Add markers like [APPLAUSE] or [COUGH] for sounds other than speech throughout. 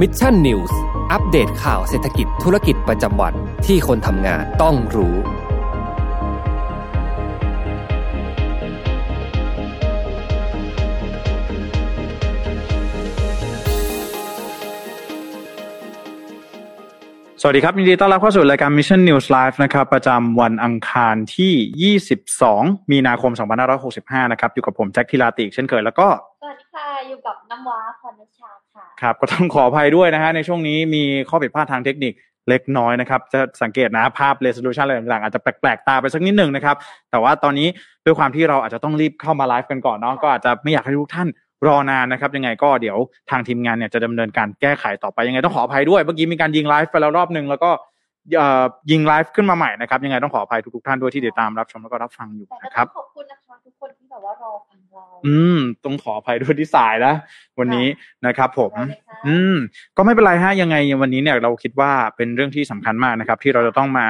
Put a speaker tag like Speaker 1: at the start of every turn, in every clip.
Speaker 1: มิชชั่นนิวส์อัปเดตข่าวเศรษฐกิจธุรกิจประจำวันที่คนทำงานต้องรู้
Speaker 2: สวัสดีครับ ยินดีต้อนรับเข้าสู่รายการ Mission News Live นะครับ ประจำวันอังคารที่ 22 มีนาคม 2565 นะครับ อยู่กับผมแจ็คทิลาติอีกเช่นเคยแล้วก็
Speaker 3: สวัสดีค่ะอยู่กับน้ำว้าพรณชาค่ะ
Speaker 2: ครับ [LAUGHS] ก็ต้องขออภัยด้วยนะฮะ ในช่วงนี้มีข้อผิดพลาดทางเทคนิคเล็กน้อยนะครับ จะสังเกตนะภาพ resolution อะไรต่างๆ อาจจะแปลกๆ ตาไปสักนิดหนึ่งนะครับ แต่ว่าตอนนี้ด้วยความที่เราอาจจะต้องรีบเข้ามาไลฟ์กันก่อนเนาะก็อาจจะไม่อยากให้ทุกท่านรอนานนะครับ ยังไงก็เดี๋ยวทางทีมงานเนี่ยจะดำเนินการแก้ไขต่อไปยังไงต้องขออภัยด้วย เมื่อกี้มีการยิงไลฟ์ไปแล้วรอบหนึ่งแล้วก็เอ่อยิงไลฟ์ขึ้นมาใหม่นะครับยังไงต้องขออภัยทุกๆท่านด้วยที่ติดตามรับชมแล้วก็รับฟังอยู่
Speaker 3: แต่ก็
Speaker 2: นะค
Speaker 3: ต้
Speaker 2: รั
Speaker 3: อบ งขอบคุณนะคะทุกคนที่แบบว่ารอฟังเรา
Speaker 2: อืมต้องขออภัยด้วยที่สายนะวันนี้นะครับผม
Speaker 3: รอเลยค่ะ
Speaker 2: อืมก็ไม่เป็นไรฮะยังไงวันนี้เนี่ยเราคิดว่าเป็นเรื่องที่สำคัญมากนะครับ ที่เราจะต้องมา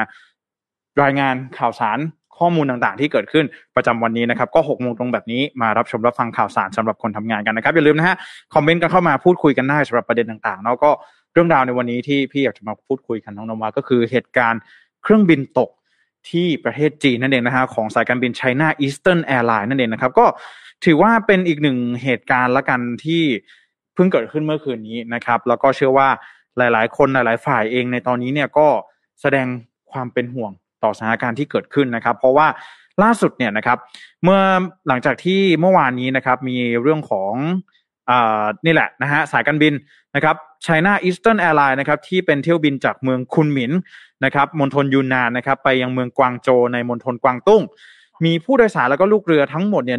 Speaker 2: รายงานข่าวสารข้อมูลต่างๆ ที่เกิดขึ้นประจำวันนี้นะครับ ก็หกโมงตรงแบบนี้มารับชมรับฟังข่าวสารสำหรับคนทำงานกันนะครับ อย่าลืมนะฮะคอมเมนต์กันเข้ามาพูดคุยกันได้สำหรับประเด็นต่างๆ แล้วก็เรื่องราวในวันนี้ที่พี่อยากจะมาพูดคุยกันน้องนวาก็คือเหตุการณ์เครื่องบินตกที่ประเทศจีนนั่นเองนะฮะของสายการบิน China Eastern Airlines นั่นเองนะครับก็ ถือว่าเป็นอีกหนึ่งเหตุการณ์ละกันที่เพิ่งเกิดขึ้นเมื่อคืนนี้นะครับ แล้วก็เชื่อว่าหลาย ๆ คนหลาย ๆ ฝ่ายเองในตอนนี้เนี่ยก็แสดงความเป็นห่วงต่อสถานการณ์ที่เกิดขึ้นนะครับ เพราะว่าล่าสุดเนี่ยนะครับเมื่อหลังจากที่เมื่อวานนี้นะครับมีเรื่องของอานี่แหละนะฮะสายการบินนะครับ China Eastern Airlines นะครับที่เป็นเที่ยวบินจากเมืองคุนหมินนะครับมณฑลยูนนานนะครับไปยังเมืองกวางโจวในมณฑลกวางตุ้ง มีผู้โดยสารแล้วก็ลูกเรือทั้งหมดเนี่ย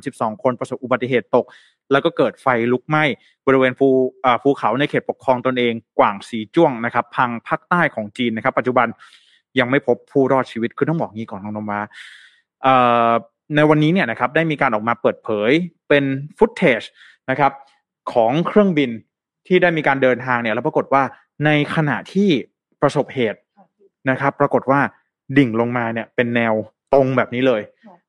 Speaker 2: 132 คนประสบอุบัติเหตุตก แล้วก็เกิดไฟลุกไหม้บริเวณภูเอ่อภูเขาในเขตปกครองตนเองกว่างสีจ้วงนะครับพังภาคใต้ของจีนนะครับ ปัจจุบันยังไม่พบผู้รอดชีวิตคือต้องบอกงี้ก่อนน้องนมาเอ่อในวันนี้เนี่ยนะครับได้มีการออกมาเปิดเผยเป็นฟุตเทจนะครับของเครื่องบินที่ได้มีการเดินทางเนี่ยแล้วปรากฏว่าในขณะที่ประสบเหตุ นะครับปรากฏว่าดิ่งลงมาเนี่ยเป็นแนวตรงแบบนี้เลย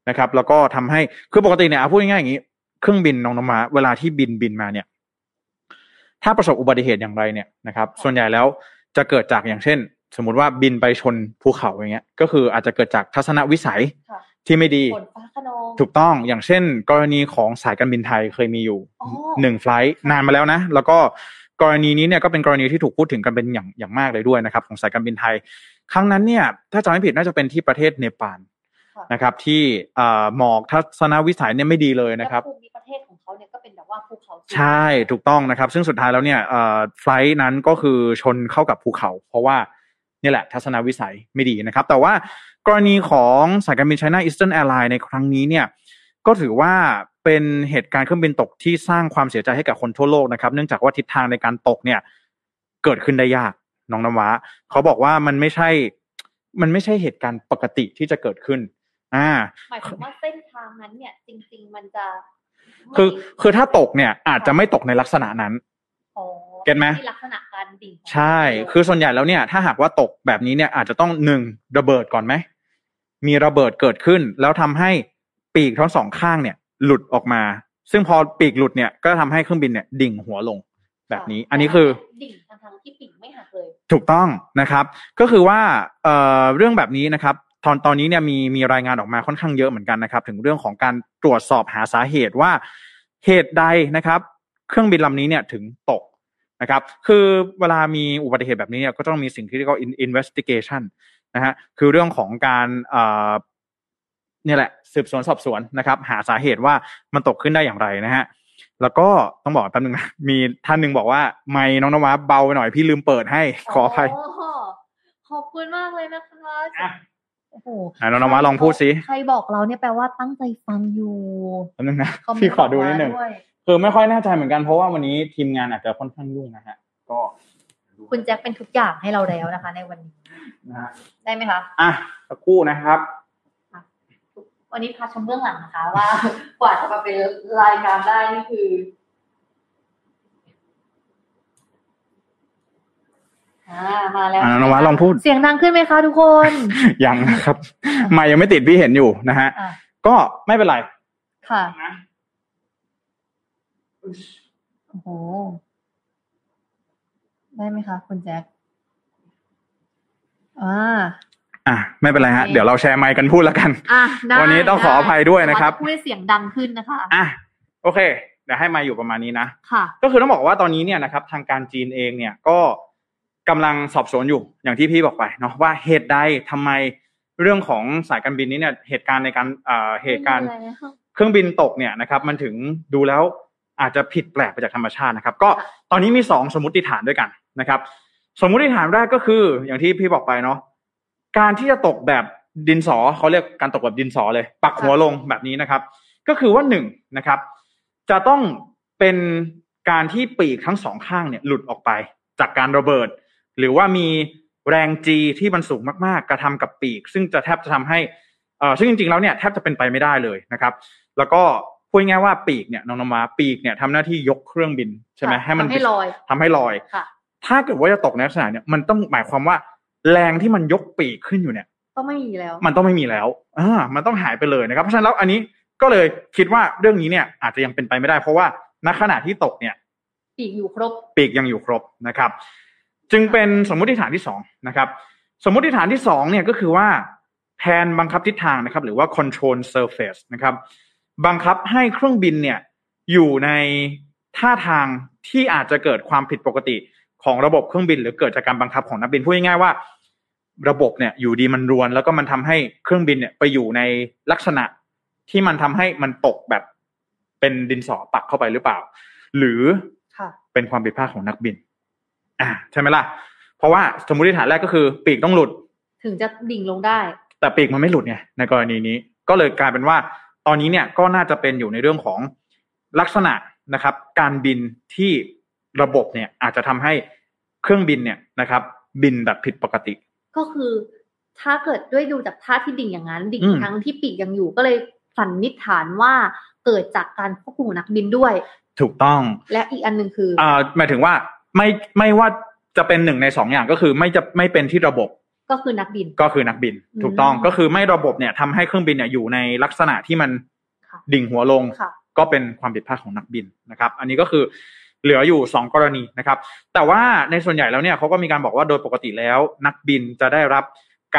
Speaker 2: นะครับ แล้วก็ทำให้คือปกติเนี่ยเอาพูดง่ายๆอย่างนี้ เครื่องบินน้องนมาเวลาที่บินบินมาเนี่ย ถ้าประสบอุบัติเหตุอย่างไรเนี่ยนะครับ ส่วนใหญ่แล้วจะเกิดจากอย่างเช่น สมมติว่าบินไปชนภูเขาอย่างเงี้ย ก็คืออาจจะเกิดจากทัศนวิสัย
Speaker 3: ค่ะ
Speaker 2: ที่ไม่ดี
Speaker 3: ฝนฟ้าขนอง
Speaker 2: ถูกต้องอย่างเช่น กรณีของสายการบินไทยเคยมีอยู่
Speaker 3: อ๋อ
Speaker 2: หนึ่งไฟลท์นานมาแล้วนะ แล้วก็กรณีนี้เนี่ยก็เป็นกรณีที่ถูกพูดถึงกันเป็นอย่างอย่างมากเลยด้วยนะครับ ของสายการบินไทย ครั้งนั้นเนี่ยถ้าจำไม่ผิดน่าจะเป็นที่ประเทศเนปาล
Speaker 3: ค่ะ
Speaker 2: นะครับ ที่เอ่อหมอกทัศนวิสัยเนี่ยไม่ดีเลยนะครับ
Speaker 3: แล้วภูมิประเทศของเขาเนี่ยก็เป็นแบบว่าภูเขาสูง
Speaker 2: ใช่ถูกต้องนะครับ ซึ่งสุดท้ายแล้วเนี่ยเอ่อไฟลท์นั้นก็คือชนเข้ากับภูเขา เพราะว่านี่แหละทัศนวิสัยไม่ดีนะครับ แต่ว่ากรณีของสายการบิน China Eastern Airlines ในครั้งนี้เนี่ยก็ถือว่าเป็นเหตุการณ์เครื่องบินตกที่สร้างความเสียใจให้กับคนทั่วโลกนะครับ เนื่องจากว่าทิศทางในการตกเนี่ยเกิดขึ้นได้ยากน้องน้ำว้าเขาบอกว่ามันไม่ใช่มันไม่ใช่เหตุการณ์ปกติที่จะเกิดขึ้นอ่า
Speaker 3: หมายถึงว่าเส้นทางนั้นเนี่ย จริง ๆ มันจะไม่
Speaker 2: คือคือถ้าตกเนี่ยอาจจะไม่ตกในลักษณะนั้น
Speaker 3: อ๋อ
Speaker 2: เก็ตไหม
Speaker 3: ที่ลักษณะการดิ่งของ
Speaker 2: ใช่ คือส่วนใหญ่แล้วเนี่ย ถ้าหากว่าตกแบบนี้เนี่ยอาจจะต้องหนึ่งระเบิดก่อนไหม มีระเบิดเกิดขึ้น แล้วทำให้ปีกทั้งสองข้างเนี่ย หลุดออกมา ซึ่งพอปีกหลุดเนี่ยก็ทำให้เครื่องบินเนี่ยดิ่งหัวลงแบบนี้
Speaker 3: ะ
Speaker 2: อันนี้คือ
Speaker 3: ดิ่งทั้งๆที่ปีกไม่หักเลย
Speaker 2: ถูกต้องนะครับ ก็คือว่าเอ่อเรื่องแบบนี้นะครับตอนตอนนี้เนี่ยมีมีรายงานออกมาค่อนข้างเยอะเหมือนกันนะครับ ถึงเรื่องของการตรวจสอบหาสาเหตุว่าเหตุใดนะครับ เครื่องบินลำนี้เนี่ยถึงตกนะครับ คือเวลามีอุบัติเหตุแบบนี้เนี่ยก็ต้องมีสิ่งที่เรียกว่า in- investigation นะฮะคือเรื่องของการเอ่อเนี่ยแหละ สืบสวนสอบสวนนะครับ หาสาเหตุว่ามันตกขึ้นได้อย่างไรนะฮะแล้วก็ต้องบอกแป๊บนึงนะมีท่านหนึ่งบอกว่าไม่น้องนวะเบาไปหน่อยพี่ลืมเปิดให้ขออภัย
Speaker 3: ขอบคุณมากเลยนะคะ
Speaker 2: อ่ะ
Speaker 3: โอ้โห
Speaker 2: อ่ะน้องนวะลองพูดสิ
Speaker 3: ใครบอกเราเนี่ยแปลว่าตั้งใจฟังอยู่
Speaker 2: แป๊บนึงนะ
Speaker 3: คมเม
Speaker 2: พี่
Speaker 3: ต์
Speaker 2: ขอดูนิดหนึ่ง
Speaker 3: มาวย
Speaker 2: คือไม่ค่อยแน่ใจเหมือนกันเพราะว่าวันนี้ทีมงานอาจจะค่อนข้างยุ่งนะฮะก็
Speaker 3: คุณแจ็คเป็นทุกอย่างให้เราแล้วนะคะ ในวันนี้
Speaker 2: นะฮะ
Speaker 3: ได้ไหมคะ
Speaker 2: อ่ะสักครู่นะครับ
Speaker 3: วันนี้พาชมเบื้องหลังนะคะ ว่า กว่าจะมาเป็นรายการได้นี่คืออ่ามาแล้ว
Speaker 2: อ่ะน้องนวะลองพูด [LAUGHS]
Speaker 3: เสียงดังขึ้นไหมคะทุกคน
Speaker 2: ยัง
Speaker 3: [LAUGHS]
Speaker 2: นะครับ ไม่ยังไม่ติดพี่เห็นอยู่นะฮะ
Speaker 3: อ่ะ
Speaker 2: ก็ไม่เป็นไร
Speaker 3: ค่ะ
Speaker 2: นะ
Speaker 3: โอ้โห
Speaker 4: ได้ไหมคะคุณแจ็คอ่า
Speaker 2: อ่ะไม่เป็นไรฮะ
Speaker 3: โอเค
Speaker 2: เดี๋ยวเราแชร์ไมค์กันพูดแล้วกัน
Speaker 3: อ่ะได้
Speaker 2: วันนี้ต้องขออภัยด้วยนะครับ
Speaker 3: แต่าจพูดให้เสียงดังขึ้นนะคะ
Speaker 2: อ่ะโอเค เดี๋ยวให้ไมค์อยู่ประมาณนี้นะ
Speaker 3: ค่ะ
Speaker 2: ก็คือต้องบอกว่าตอนนี้เนี่ยนะครับทางการจีนเองเนี่ยก็กำลังสอบสวนอยู่อย่างที่พี่บอกไปเนาะว่าเหตุใดทำไมเรื่องของสายการบินนี้เนี่ยเหตุการณ์ในการอ่าเหตุการณ์ เครื่องบินตกเนี่ยนะครับมันถึงดูแล้วอาจจะผิดแปลกไปจากธรรมชาตินะครับก็ตอนนี้มีสองสมมติฐานด้วยกันนะครับ สมมติฐานแรกก็คืออย่างที่พี่บอกไปเนาะการที่จะตกแบบดินสอเขาเรียกการตกแบบดินสอเลย ปักหัวลงแบบนี้นะครับ ก็คือว่าหนึ่งนะครับ จะต้องเป็นการที่ปีกทั้งสองข้างเนี่ยหลุดออกไปจากการระเบิด หรือว่ามีแรงจีที่มันสูงมากๆ กระทำกับปีก ซึ่งจะแทบจะทำให้เอ่อซึ่งจริงๆแล้วเนี่ยแทบจะเป็นไปไม่ได้เลยนะครับ แล้วก็พูดง่ายๆว่าปีกเนี่ยน้องนมาปีกเนี่ยทำหน้าที่ยกเครื่องบินใช่ไหม
Speaker 3: ค่ะ
Speaker 2: ให้มัน
Speaker 3: ทำให้ลอย
Speaker 2: ทำให้ลอย
Speaker 3: ค่ะ
Speaker 2: ถ้าเกิดว่าจะตกในลักษณะเนี่ยมันต้องหมายความว่าแรงที่มันยกปีกขึ้นอยู่เนี่ย
Speaker 3: ก็ไม่มีแล้ว
Speaker 2: มันต้องไม่มีแล้วอ่ามันต้องหายไปเลยนะครับ เพราะฉะนั้นแล้วอันนี้ก็เลยคิดว่าเรื่องนี้เนี่ยอาจจะยังเป็นไปไม่ได้ เพราะว่าณขณะที่ตกเนี่ย
Speaker 3: ปีกอยู่ครบ
Speaker 2: ปีกยังอยู่ครบนะครับ จึงเป็นสมมุติฐานที่สองนะครับ สมมุติฐานที่สองเนี่ยก็คือว่าแผนบังคับทิศทางนะครับ หรือว่า control surface นะครับ บังคับให้เครื่องบินเนี่ยอยู่ในท่าทางที่อาจจะเกิดความผิดปกติของระบบเครื่องบิน หรือเกิดจากการบังคับของนักบินพูดง่ายๆว่า ระบบเนี่ยอยู่ดีมันรวน แล้วก็มันทำให้เครื่องบินเนี่ยไปอยู่ในลักษณะที่มันทำให้มันตกแบบเป็นดินสอปักเข้าไปหรือเปล่า หรือ
Speaker 4: ค่ะ
Speaker 2: เป็นความผิดพลาดของนักบิน อ่าใช่ไหมล่ะ เพราะว่าสมมติฐานแรกก็คือ ปีกต้องหลุด
Speaker 3: ถึงจะดิ่งลงได้
Speaker 2: แต่ปีกมันไม่หลุดไงในกรณีนี้ ก็เลยกลายเป็นว่า ตอนนี้เนี่ยก็น่าจะเป็นอยู่ในเรื่องของลักษณะนะครับ การบินที่ระบบเนี่ย อาจจะทำให้เครื่องบินเนี่ยนะครับ บินแบบผิดปกติ
Speaker 3: ก็คือ ถ้าเกิดด้วยดูจากท่าที่ดิ่งอย่างนั้น ดิ่ง
Speaker 2: อืม
Speaker 3: ทั้งที่ปีกยังอยู่ก็เลยสันนิษฐานว่าเกิดจากการควบคุมของนักบินด้วย
Speaker 2: ถูกต้อง
Speaker 3: และอีกอันหนึ่งคืออ
Speaker 2: อ่าหมายถึงว่าไม่ไม่ว่าจะเป็นหนึ่งในสองอย่างก็คือไม่จะไม่เป็นที่ระบบ
Speaker 3: ก็คือนักบิน
Speaker 2: ก็คือนักบิน
Speaker 3: อืม
Speaker 2: ถูกต้องก็คือไม่ระบบเนี่ยทำให้เครื่องบินเนี่ยอยู่ในลักษณะที่มัน
Speaker 3: ค่ะ
Speaker 2: ดิ่งหัวลง
Speaker 3: ค่ะ
Speaker 2: ก็เป็นความผิดพลาดของนักบินนะครับ อันนี้ก็คือเหลืออยู่ 2 กรณีนะครับ แต่ว่าในส่วนใหญ่แล้วเนี่ยเขาก็มีการบอกว่าโดยปกติแล้ว นักบินจะได้รับ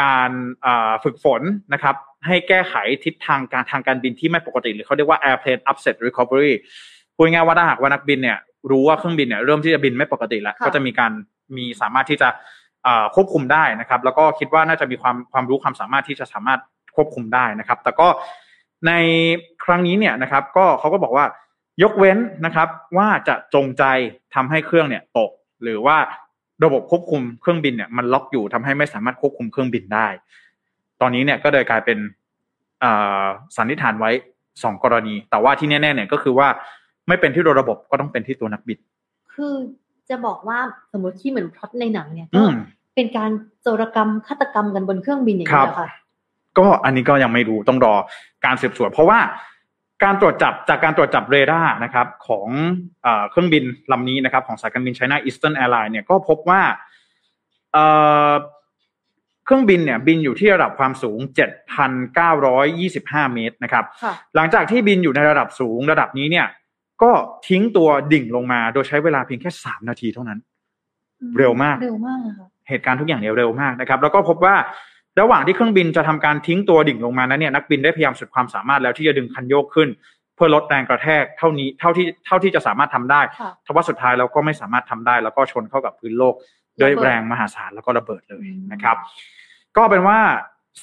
Speaker 2: การอ่าฝึกฝนนะครับ ให้แก้ไขทิศทางการทางการบินที่ไม่ปกติ หรือเขาเรียกว่า airplane upset recovery พูดง่ายๆว่าถ้าหากว่านักบินเนี่ยรู้ว่าเครื่องบินเนี่ยเริ่มที่จะบินไม่ปกติแล้ว
Speaker 3: ค่ะ
Speaker 2: ก็จะมีการมีสามารถที่จะอ่าควบคุมได้นะครับ แล้วก็คิดว่าน่าจะมีความความรู้ความสามารถที่จะสามารถควบคุมได้นะครับ แต่ก็ในครั้งนี้เนี่ยนะครับ ก็เขาก็บอกว่ายกเว้นนะครับ ว่าจะจงใจทำให้เครื่องเนี่ยตก หรือว่าระบบควบคุมเครื่องบินเนี่ยมันล็อกอยู่ทำให้ไม่สามารถควบคุมเครื่องบินได้ ตอนนี้เนี่ยก็เลยกลายเป็นอ่าสันนิษฐานไว้สองกรณี แต่ว่าที่แน่ๆเนี่ยก็คือว่าไม่เป็นที่ตัวระบบก็ต้องเป็นที่ตัวนักบิน
Speaker 3: คือจะบอกว่าสมมติที่เหมือนพล็อตในหนังเนี่ย
Speaker 2: อื
Speaker 3: ก็
Speaker 2: ม
Speaker 3: เป็นการโจรกรรมฆาตกรรมกันบนเครื่องบินอย่าง
Speaker 2: ครับ
Speaker 3: นี้เหรอค่ะ
Speaker 2: ก็อันนี้ก็ยังไม่รู้ต้องรอการสืบสวน เพราะว่าการตรวจจับจากการตรวจจับเรดาร์นะครับของเออเครื่องบินลำนี้นะครับ ของสายการบินไชน่าอีสเทิร์นแอร์ไลน์เนี่ยก็พบว่าเอ่อเครื่องบินเนี่ยบินอยู่ที่ระดับความสูง 7,925 เมตรนะครับ
Speaker 3: ค่ะ
Speaker 2: หลังจากที่บินอยู่ในระดับสูงระดับนี้เนี่ย ก็ทิ้งตัวดิ่งลงมาโดยใช้เวลาเพียงแค่ 3 นาทีเท่านั้น เร็วมาก
Speaker 3: เร็วมากเลยค่ะ
Speaker 2: เหตุการณ์ทุกอย่างเนี่ยเร็วมากนะครับ แล้วก็พบว่าระหว่างที่เครื่องบินจะทำการทิ้งตัวดิ่งลงมานั้นเนี่ยนักบินได้พยายามสุดความสามารถแล้วที่จะดึงคันโยกขึ้น เพื่อลดแรงกระแทกเท่านี้เท่าที่เท่าที่จะสามารถทำได้
Speaker 3: ค่ะ
Speaker 2: ทว่าสุดท้ายเราก็ไม่สามารถทำได้ แล้วก็ชนเข้ากับพื้นโลกด้วย
Speaker 3: ระเบิด
Speaker 2: แรงมหาศาลแล้วก็ระเบิดเลย
Speaker 3: อืม
Speaker 2: นะครับ ก็เป็นว่า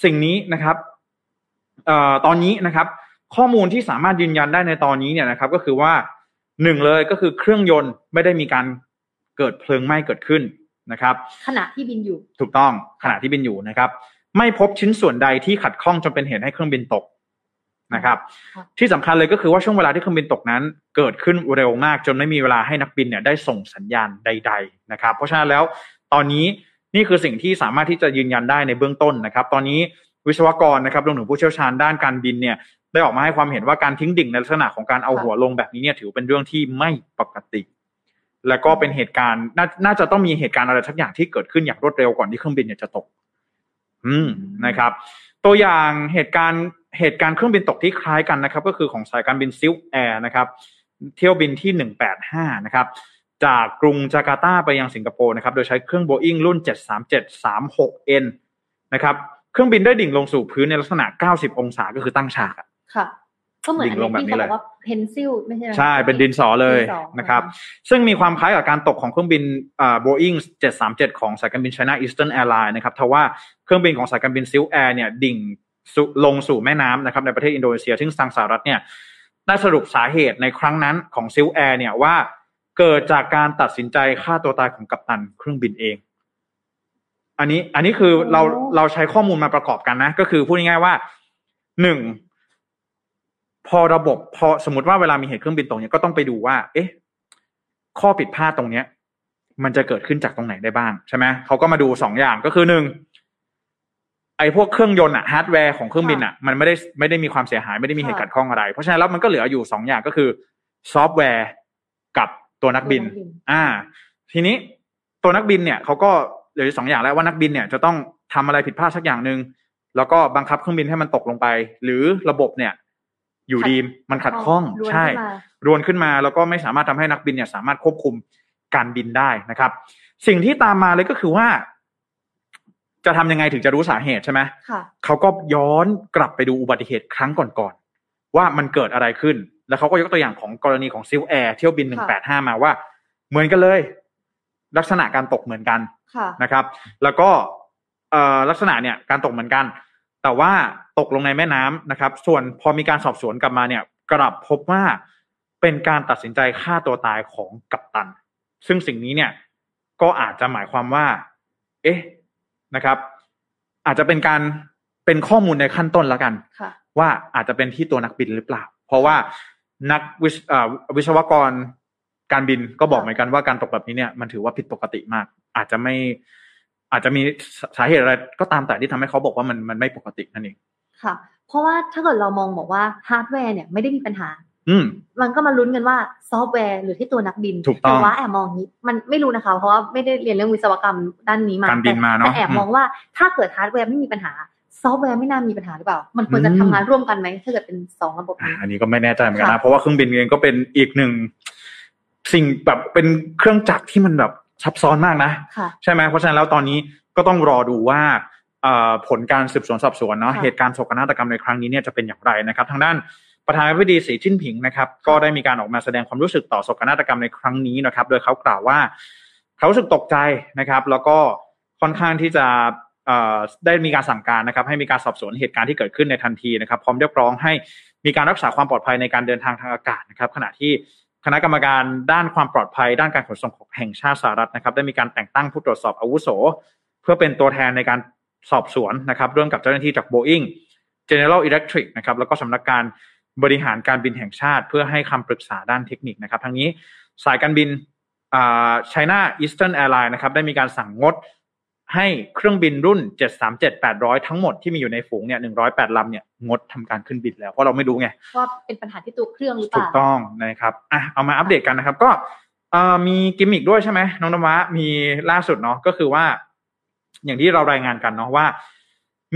Speaker 2: สิ่งนี้นะครับเอ่อตอนนี้นะครับ ข้อมูลที่สามารถยืนยันได้ในตอนนี้เนี่ยนะครับ ก็คือว่าหนึ่งเลยก็คือเครื่องยนต์ไม่ได้มีการเกิดเพลิงไหม้เกิดขึ้นนะครับ
Speaker 3: ขณะที่บินอยู่
Speaker 2: ถูกต้องขณะที่บินอยู่นะครับ ไม่พบชิ้นส่วนใดที่ขัดข้องจนเป็นเหตุให้เครื่องบินตกนะครับ
Speaker 3: ครับ
Speaker 2: ที่สำคัญเลยก็คือว่าช่วงเวลาที่เครื่องบินตกนั้น เกิดขึ้นเร็วมาก จนไม่มีเวลาให้นักบินเนี่ยได้ส่งสัญญาณใด ๆ นะครับ เพราะฉะนั้นแล้วตอนนี้นี่คือสิ่งที่สามารถที่จะยืนยันได้ในเบื้องต้นนะครับ ตอนนี้วิศวกรนะครับรวมถึงผู้เชี่ยวชาญด้านการบินเนี่ย ได้ออกมาให้ความเห็นว่าการทิ้งดิ่งในลักษณะของการเอาหัวลงแบบนี้เนี่ยถือเป็นเรื่องที่ไม่ปกติ แล้วก็เป็นเหตุการณ์นาน่าจะต้องมีเหตุการณ์อะไรสักอย่างที่เกิดขึ้นอย่างรวดเร็วก่อนที่เครื่องบินเนี่ยจะตก อืมนะครับ ตัวอย่างเหตุการณ์เหตุการณ์เครื่องบินตกที่คล้ายกันนะครับ ก็คือของสายการบินซิลแอร์นะครับ เที่ยวบินที่ 185 นะครับ จากกรุงจาการ์ตาไปยังสิงคโปร์นะครับโดยใช้เครื่อง Boeing รุ่น 737-36N นะครับเครื่องบินได้ดิ่งลงสู่พื้นในลักษณะ 90 องศาก็คือตั้งฉากอะ
Speaker 3: ค่ะ ก็เหมือน
Speaker 2: ดิ่
Speaker 3: อัน
Speaker 2: งล
Speaker 3: นี้
Speaker 2: งแบบ
Speaker 3: ที่
Speaker 2: นี้เล
Speaker 3: เขาบ
Speaker 2: ย
Speaker 3: อกว่าเพนซิลไม่ใช่หรอ
Speaker 2: ใช่เป็นดินสอเลย
Speaker 3: ดิสอ
Speaker 2: นะครับ ซึ่งมีความคล้ายกับการตกของเครื่องบินอ่า Boeing 737 ของสายการบิน China Eastern Airlines นะครับทว่าเครื่องบินของสายการบินซิลแอร์เนี่ยดิ่งสุลงสู่แม่น้ำนะครับในประเทศอินโดนีเซีย ซึ่งทางสหรัฐเนี่ยได้สรุปสาเหตุในครั้งนั้นของซิลแอร์เนี่ยว่าเกิดจากการตัดสินใจฆ่าตัวตายของกัปตันเครื่องบินเอง อันนี้อันนี้คือเราเราใช้ข้อมูลมาประกอบกันนะ ก็คือพูดง่ายๆว่าหนึ่ง พอระบบพอสมมติว่าเวลามีเหตุเครื่องบินตกเนี่ยก็ต้องไปดูว่า เอ๊ะ ข้อผิดพลาดตรงเนี้ย มันจะเกิดขึ้นจากตรงไหนได้บ้างใช่ไหมเขาก็มาดูสองอย่างก็คือหนึ่งไอ้พวกเครื่องยนต์อะฮาร์ดแวร์ของเครื่องบินอะมันไม่ได้ไม่ได้มีความเสียหายไม่ได้มีเหตุขัดข้องอะไร เพราะฉะนั้นแล้วมันก็เหลืออยู่สองอย่างก็คือ ซอฟต์แวร์กับตัวนักบิน อ่า ทีนี้ตัวนักบินเนี่ยเขาก็เหลืออยู่สองอย่างแล้วว่านักบินเนี่ยจะต้องทำอะไรผิดพลาดสักอย่างหนึ่งแล้วก็บังคับเครื่องบินให้มันตกลงไป หรือระบบเนี่ย อยู่ดีมันขัดข้อง
Speaker 3: รวน
Speaker 2: ใช่
Speaker 3: ขึ้นมาร
Speaker 2: วนขึ้นมาแล้วก็ไม่สามารถทำให้นักบินเนี่ยสามารถควบคุมการบินได้นะครับ สิ่งที่ตามมาเลยก็คือว่า จะทำยังไงถึงจะรู้สาเหตุใช่ไหม
Speaker 3: ค่ะ
Speaker 2: เขาก็ย้อนกลับไปดูอุบัติเหตุครั้งก่อนๆว่ามันเกิดอะไรขึ้น แล้วเขาก็ยกตัวอย่างของกรณีของซิลแอร์เที่ยวบิน
Speaker 3: ค่ะ
Speaker 2: 185 มาว่า เหมือนกันเลย ลักษณะการตกเหมือนกัน
Speaker 3: ค่ะ
Speaker 2: นะครับ แล้วก็เอ่อลักษณะเนี่ยการตกเหมือนกัน แต่ว่าตกลงในแม่น้ำนะครับ ส่วนพอมีการสอบสวนกลับมาเนี่ย กลับพบว่าเป็นการตัดสินใจฆ่าตัวตายของกัปตัน ซึ่งสิ่งนี้เนี่ยก็อาจจะหมายความว่า เอ๊ะนะครับ อาจจะเป็นการเป็นข้อมูลในขั้นต้นแล้วกัน
Speaker 3: ค่ะ
Speaker 2: ว่าอาจจะเป็นที่ตัวนักบินหรือเปล่า เพราะว่านักวิศเอ่อวิศวกรการบินก็บอกเหมือนกันว่าการตกแบบนี้เนี่ยมันถือว่าผิดปกติมาก อาจจะไม่อาจจะมีสาเหตุอะไรก็ตามแต่ที่ทำให้เขาบอกว่ามันมันไม่ปกตินั่นเอง
Speaker 3: ค่ะ เพราะว่าถ้าเกิดเรามองบอกว่าฮาร์ดแวร์เนี่ยไม่ได้มีปัญหา
Speaker 2: อืม
Speaker 3: มันก็มาลุ้นกันว่าซอฟต์แวร์หรือที่ตัวนักบิน
Speaker 2: ถูกต้อง
Speaker 3: แต่ว่าแอบมองนี้มันไม่รู้นะคะ เพราะว่าไม่ได้เรียนเรื่องวิศวกรรมด้านนี้มา
Speaker 2: การบินมาเนอะ
Speaker 3: แต่แต่แอบมองว่าถ้าเกิดฮาร์ดแวร์ไม่มีปัญหา ซอฟต์แวร์ไม่น่ามีปัญหาหรือเปล่า มันควรจะ
Speaker 2: อืม
Speaker 3: ทำงานร่วมกันไหมถ้าเกิดเป็นสองระบบ
Speaker 2: อ่า
Speaker 3: นี้
Speaker 2: อันนี้ก็ไม่แน่ใจเหมือนกัน
Speaker 3: ค่ะ
Speaker 2: นะ เพราะว่าเครื่องบินเองก็เป็นอีกหนึ่งสิ่งแบบเป็นเครื่องจักรที่มันแบบซับซ้อนมากนะ
Speaker 3: ค่ะ
Speaker 2: ใช่ไหมเพราะฉะนั้นแล้วตอนนี้ก็ต้องรอดูว่าเอ่อผลการสืบสวนสอบสวนเนาะ
Speaker 3: ค่ะ
Speaker 2: เหตุการณ์โศกนาฏกรรมในครั้งนี้เนี่ยจะเป็นอย่างไรนะครับ ทางด้านประธานาธิบดีสีจิ้นผิงนะครับ ก็ได้มีการออกมาแสดงความรู้สึกต่อโศกนาฏกรรมในครั้งนี้นะครับ โดยเขากล่าวว่า เขารู้สึกตกใจนะครับ แล้วก็ค่อนข้างที่จะเอ่อได้มีการสั่งการนะครับ ให้มีการสอบสวนเหตุการณ์ที่เกิดขึ้นในทันทีนะครับ พร้อมเรียกร้องให้มีการรักษาความปลอดภัยในการเดินทางทางอากาศนะครับ ขณะที่ คณะกรรมการด้านความปลอดภัย ด้านการขนส่งแห่งชาติสหรัฐนะครับ ได้มีการแต่งตั้งผู้ตรวจสอบอาวุโส เพื่อเป็นตัวแทนในการสอบสวนนะครับร่วมกับเจ้าหน้าที่จาก Boeing General Electric นะครับแล้วก็สำนักการบริหารการบินแห่งชาติ เพื่อให้คำปรึกษาด้านเทคนิคนะครับ ทั้งนี้สายการบินอ่า China Eastern Airlines นะครับได้มีการสั่งงดให้เครื่องบินรุ่น 737-800 ทั้งหมดที่มีอยู่ในฝูงเนี่ย108ลำเนี่ยงดทำการขึ้นบินแล้วเพราะเราไม่รู้ไง
Speaker 3: ว่าเป็นปัญหาที่ตัวเครื่องหรือเป
Speaker 2: ถูก
Speaker 3: ล่า
Speaker 2: ต้องนะครับอ่ะเอามาอัปเดตกันนะครับ ก็เอ่อมีกิมมิกด้วยใช่ไหมน้องนวะมีล่าสุดเนาะก็คือว่า อย่างที่เรารายงานกันเนาะว่า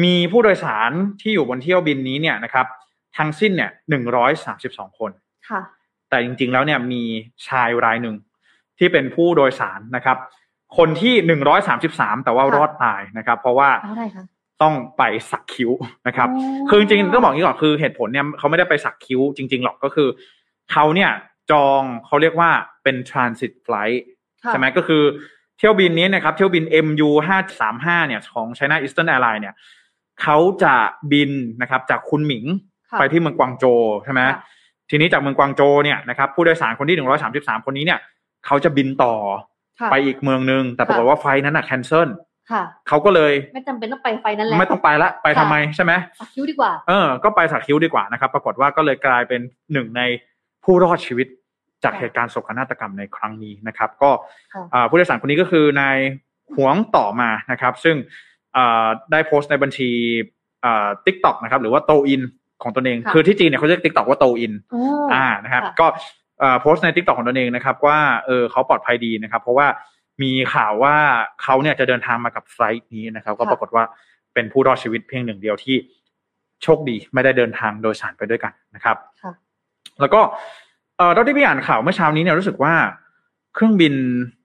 Speaker 2: มีผู้โดยสารที่อยู่บนเที่ยวบินนี้เนี่ยนะครับ ทั้งสิ้นเนี่ยหนึ่งร้อยสามสิบสองคน
Speaker 3: ค่ะ
Speaker 2: แต่จริงๆแล้วเนี่ยมีชายรายหนึ่งที่เป็นผู้โดยสารนะครับ คนที่หนึ่งร้อยสามสิบสามแต่ว่า
Speaker 3: ค่ะ
Speaker 2: รอดตายนะครับ เพราะว่า
Speaker 3: เพราะอะไรคะ
Speaker 2: ต้องไปสักคิ้วนะครับ คือจริงๆต้องบอกอย่างนี้ก่อนคือเหตุผลเนี่ยเขาไม่ได้ไปสักคิ้วจริง ๆ หรอกก็คือเขาเนี่ยจองเขาเรียกว่าเป็น transit flight
Speaker 3: ค่ะ
Speaker 2: ใช่ไหมก็คือเที่ยวบินนี้นะครับ เที่ยวบิน MU 535เนี่ยของ China Eastern Airlines เนี่ยเขาจะบินนะครับจากคุนหมิง
Speaker 3: ค่ะ
Speaker 2: ไปที่เมืองกวางโจวใช่ไหม
Speaker 3: ค่ะ
Speaker 2: ทีนี้จากเมืองกวางโจวเนี่ยนะครับผู้โดยสารคนที่ 133 คนนี้เนี่ยเขาจะบินต่อ
Speaker 3: ค่ะ
Speaker 2: ไปอีกเมืองนึง แต่ปรากฏ
Speaker 3: ค่ะ
Speaker 2: ว่าไฟล์นั้นน่ะ cancel
Speaker 3: ค่ะ
Speaker 2: เขาก็เลย
Speaker 3: ไม่จำเป็นต้องไปไฟนั้นแหละ
Speaker 2: ไม่ต้องไปละไปทำไมใช่ไหม
Speaker 3: สักคิ้วดีกว่า
Speaker 2: เออ ก็ไปสักคิ้วดีกว่านะครับ ปรากฏว่าก็เลยกลายเป็นหนึ่งในผู้รอดชีวิตจาก
Speaker 3: ค่ะ
Speaker 2: เหตุการณ์โศกนาฏกรรมในครั้งนี้นะครับ ก็
Speaker 3: ค่ะ
Speaker 2: อ่าผู้โดยสารคนนี้ก็คือนายหวงต่อมานะครับ ซึ่งอ่าได้โพสต์ในบัญชีอ่าทิกตอกนะครับ หรือว่าโตอินของตนเอง คือที่จีนเนี่ยเขาเรียกทิกตอกว่าโตอิน
Speaker 3: โอ้
Speaker 2: อ่านะครับก็เอ่อโพสต์ในทิกตอกของตนเองนะครับ ว่าเออเขาปลอดภัยดีนะครับ เพราะว่ามีข่าวว่าเขาเนี่ยจะเดินทางมากับไฟลท์นี้นะครับ ก็ปรากฏว่าเป็นผู้รอดชีวิตเพียงหนึ่งเดียวที่โชคดีไม่ได้เดินทางโดยสารไปด้วยกันนะครับ
Speaker 3: ค่ะ
Speaker 2: แล้วก็เออเราที่พี่อ่านข่าวเมื่อเช้านี้เนี่ยรู้สึกว่า เครื่องบิน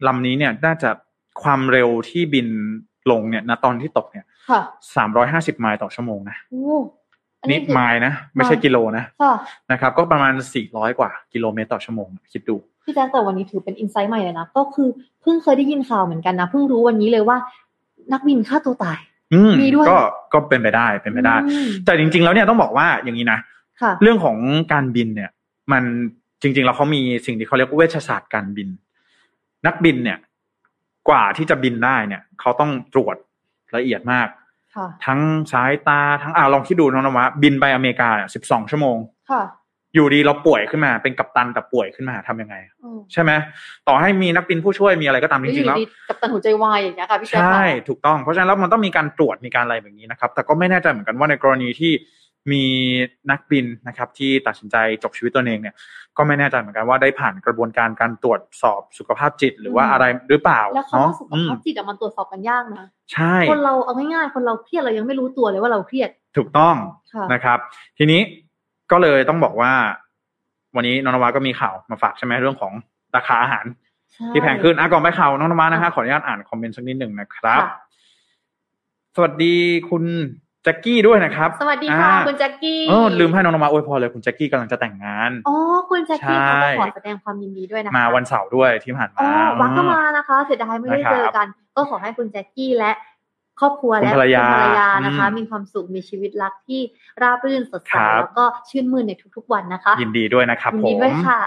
Speaker 2: ลำนี้เนี่ยน่าจะความเร็วที่บินลงเนี่ยนะตอนที่ตกเนี่ย
Speaker 3: ค่ะ
Speaker 2: สามร้อยห้าสิบไมล์ต่อชั่วโมงนะ
Speaker 3: โอ้อั
Speaker 2: นี่
Speaker 3: คือ
Speaker 2: ไมล์นะไม่ใช่กิโลนะ
Speaker 3: ค่ะ
Speaker 2: นะครับ ก็ประมาณสี่ร้อยกว่ากิโลเมตรต่อชั่วโมงคิดดู
Speaker 3: พี่แจ๊คแต่วันนี้ถือเป็นอินไซต์ใหม่เลยนะ ก็คือเพิ่งเคยได้ยินข่าวเหมือนกันนะ เพิ่งรู้วันนี้เลยว่า นักบินฆ่าตัวตาย
Speaker 2: อืม
Speaker 3: มีด้วย
Speaker 2: ก็ก็เป็นไปได้เป็นไปได้
Speaker 3: อืม
Speaker 2: แต่จริง ๆ แล้วเนี่ยต้องบอกว่าอย่างนี้นะ
Speaker 3: ค่ะ
Speaker 2: เรื่องของการบินเนี่ย มันจริง ๆ แล้วเขามีสิ่งที่เขาเรียกว่าเวชศาสตร์การบิน นักบินเนี่ย กว่าที่จะบินได้เนี่ย เขาต้องตรวจละเอียดมาก
Speaker 3: ค่ะ
Speaker 2: ทั้งสายตาทั้งอ่าลองคิดดูน้องนวะบินไปอเมริกาสิบสองชั่วโมง
Speaker 3: ค่ะ
Speaker 2: อยู่ดีเราป่วยขึ้นมาเป็นกัปตันแต่ป่วยขึ้นมาทำยังไง
Speaker 3: อืม
Speaker 2: ใช่ไหมต่อให้มีนักบินผู้ช่วยมีอะไรก็ตามจริงๆแล้ว
Speaker 3: อยู่ดีกับตันหัวใจวายอย่างเงี้ยค่ะพี่แจ๊ค
Speaker 2: ใช่
Speaker 3: ค่ะ
Speaker 2: ถูกต้องเพราะฉะนั้นแล้วมันต้องมีการตรวจมีการอะไรแบบนี้นะครับ แต่ก็ไม่แน่ใจเหมือนกันว่าในกรณีที่มีนักบินนะครับ ที่ตัดสินใจจบชีวิตตัวเองเนี่ย ก็ไม่แน่ใจเหมือนกันว่าได้ผ่านกระบวนการการตรวจสอบสุขภาพจิตหรือว่าอะไรหรือเปล่า
Speaker 3: แล้วเขา
Speaker 2: เนาะ
Speaker 3: ว่าสุข
Speaker 2: อืม
Speaker 3: ภาพจิตอะมันตรวจสอบกันยากนะ
Speaker 2: ใช่
Speaker 3: คนเราเอาง่ายๆคนเราเครียดเรายังไม่รู้ตัวเลยว่าเราเครียด
Speaker 2: ถูกต้อง
Speaker 3: ค่ะ
Speaker 2: นะครับ ทีนี้ก็เลยต้องบอกว่า วันนี้น้องนวาก็มีข่าวมาฝากใช่ไหมเรื่องของราคาอาหาร
Speaker 3: ใช่
Speaker 2: ที่แพงขึ้นอ่ะก่อนไปข่าวน้องนมานะ
Speaker 3: ค่ะ
Speaker 2: ฮะขออนุญาตอ่านคอมเมนต์สักนิดหนึ่งนะครับ
Speaker 3: ค่ะ
Speaker 2: สวัสดีคุณแจ็กกี้ด้วยนะครับ
Speaker 3: สวัสดีค่ะ
Speaker 2: อ่า
Speaker 3: คุณแจ็คกี้
Speaker 2: เออลืมให้น้องนมาอวยพรเลยคุณแจ็กกี้กำลังจะแต่งงาน
Speaker 3: อ๋อคุณแจ็คกี้
Speaker 2: ใช่
Speaker 3: เขาก็ขอแสดงความยินดีด้วยนะคะ
Speaker 2: มาวันเสาร์ด้วยที่ผ่าน
Speaker 3: อ๋
Speaker 2: มา
Speaker 3: อวักก็มานะคะเสียดายไม่ได้
Speaker 2: นะครับ
Speaker 3: เจอกัน ก็ขอให้คุณแจ็คกี้และ ครอบครัว
Speaker 2: คุณ
Speaker 3: และ
Speaker 2: ภรรยา
Speaker 3: คุณภรรยานะคะ
Speaker 2: อืม
Speaker 3: มีความสุขมีชีวิตรักที่ราบรื่นสดใส
Speaker 2: ครับ
Speaker 3: แล้วก็ชื่นมื่นในทุกๆวันนะคะ
Speaker 2: ยินดีด้วยนะครับ
Speaker 3: ยิน
Speaker 2: ผ
Speaker 3: ดี
Speaker 2: ม
Speaker 3: ด้วยค่ะ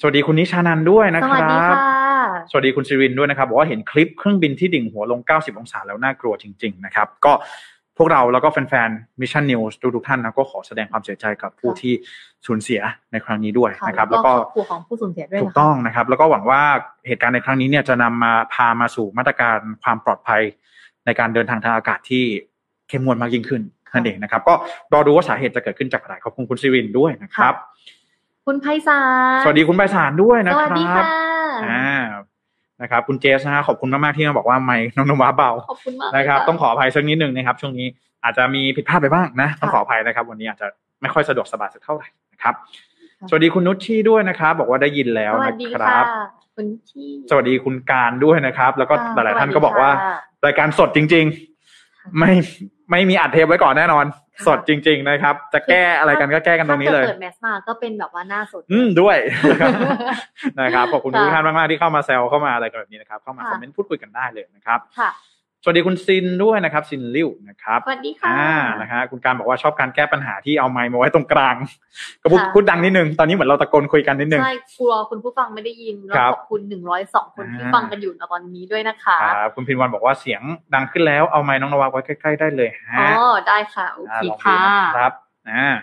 Speaker 2: สวัสดีคุณนิชานันด้วยนะ
Speaker 3: ส
Speaker 2: ค
Speaker 3: วัสดี
Speaker 2: รับ
Speaker 3: ค่ะ
Speaker 2: สวัสดีคุณสิรินด้วยนะครับบอกว่าเห็นคลิปเครื่องบินที่ดิ่งหัวลง 90 องศาแล้วน่ากลัวจริง ๆ นะครับ ก็พวกเราแล้วก็แฟนๆ Mission News ทุกๆท่านนะก็ขอแสดงความเสียใจกับผู้
Speaker 3: ค่ะ
Speaker 2: ที่สูญเสียในครั้งนี้ด้วย
Speaker 3: ค่ะ
Speaker 2: นะครับแล้
Speaker 3: แล้
Speaker 2: ว ว
Speaker 3: ก็
Speaker 2: ก็
Speaker 3: ครอบครัวของผู้สูญเสียด้วย
Speaker 2: ถูก
Speaker 3: นะคะ
Speaker 2: ต้องนะครับ แล้วก็หวังว่าเหตุการณ์ในครั้งนี้เนี่ยจะนำมาพามาสู่มาตรการความปลอดภัยในการเดินทางทางอากาศที่เข้มงวดมากยิ่งขึ้นนั่นเองนะครับ ก็รอดูว่าสาเหตุจะเกิดขึ้นจากอะไรขอบคุณคุณซิรินด้วยนะครับ
Speaker 3: ค่ะ คุณไพศาล
Speaker 2: สวัสดีคุณไพศาลด้วยนะ
Speaker 3: ส
Speaker 2: ค
Speaker 3: วัส
Speaker 2: รั
Speaker 3: ดี
Speaker 2: บ
Speaker 3: ค่ะ
Speaker 2: อ่านะครับ คุณเจสนะฮะขอบคุณมากๆที่มาบอกว่าไม่น้องนวาเบา
Speaker 3: ขอบคุณมาก
Speaker 2: นะครับ
Speaker 3: เลยะ
Speaker 2: ต้องขออภัยสักนิดหนึ่งนะครับ ช่วงนี้อาจจะมีผิดพลาดไปบ้างนะ ต้องขออภัยนะครับ วันนี้อาจจะไม่ค่อยสะดวกสบายสักเท่าไหร่นะครับ สวัสดีคุณนุชชี่ด้วยนะครับ บอกว่าได้ยินแล้ว
Speaker 3: สวั
Speaker 2: นะ
Speaker 3: สดี
Speaker 2: ค
Speaker 3: ค่ะ
Speaker 2: รับ
Speaker 3: คุณที่
Speaker 2: สวัสดีคุณการด้วยนะครับ แล้วก็
Speaker 3: ค่ะ
Speaker 2: หลายๆท่าน
Speaker 3: สวัสดี
Speaker 2: ก็บอกว่า
Speaker 3: ค่ะ
Speaker 2: รายการสดจริง ๆ ไม่ไม่มีอัดเทปไว้ก่อนแน่นอน
Speaker 3: ค่ะ
Speaker 2: สดจริง ๆ นะครับ จะแก้อะไรกันก็แก้กันตรงนี้เลย
Speaker 3: ถ้าเกิดแมสมาก็เป็นแบบว่าหน้าสด
Speaker 2: อืมด้วย [LAUGHS] นะครับขอบคุณ
Speaker 3: ค่ะ
Speaker 2: ทุกท่านมากๆที่เข้ามาแซวเข้ามาอะไรกันแบบนี้นะครับเข้ามาค
Speaker 3: ค่ะ
Speaker 2: อมเมนต์พูดคุยกันได้เลยนะครับ
Speaker 3: ค่ะ
Speaker 2: สวัสดีคุณซินด้วยนะครับซินลิ้วนะครับ
Speaker 3: สวัสดีค่ะ
Speaker 2: อ่านะฮะคุณการบอกว่าชอบการแก้ปัญหาที่เอาไมค์มาไว้ตรงกลาง [LAUGHS] ก็พูด
Speaker 3: ค่ะ
Speaker 2: พูดดังนิดนึงตอนนี้เหมือนเราตะโกนคุยกันนิดนึง
Speaker 3: ใช่กลัวคุณผู้ฟังไม่ได้ยินแล้ว
Speaker 2: ครับ
Speaker 3: ขอบคุณหนึ่งร้อยสองคนที่
Speaker 2: อ่า
Speaker 3: ฟังกันอยู่ณตอนนี้ด้วยนะคะ
Speaker 2: ครับคุณพินวันบอกว่าเสียงดังขึ้นแล้วเอาไมค์น้องนวักไว้ใกล้ๆได้เลยฮะ
Speaker 3: อ๋อ ได้ค่ะโอ
Speaker 2: อ่า
Speaker 3: เค
Speaker 2: ลองดู
Speaker 3: ค่ะ
Speaker 2: นะครับอ่า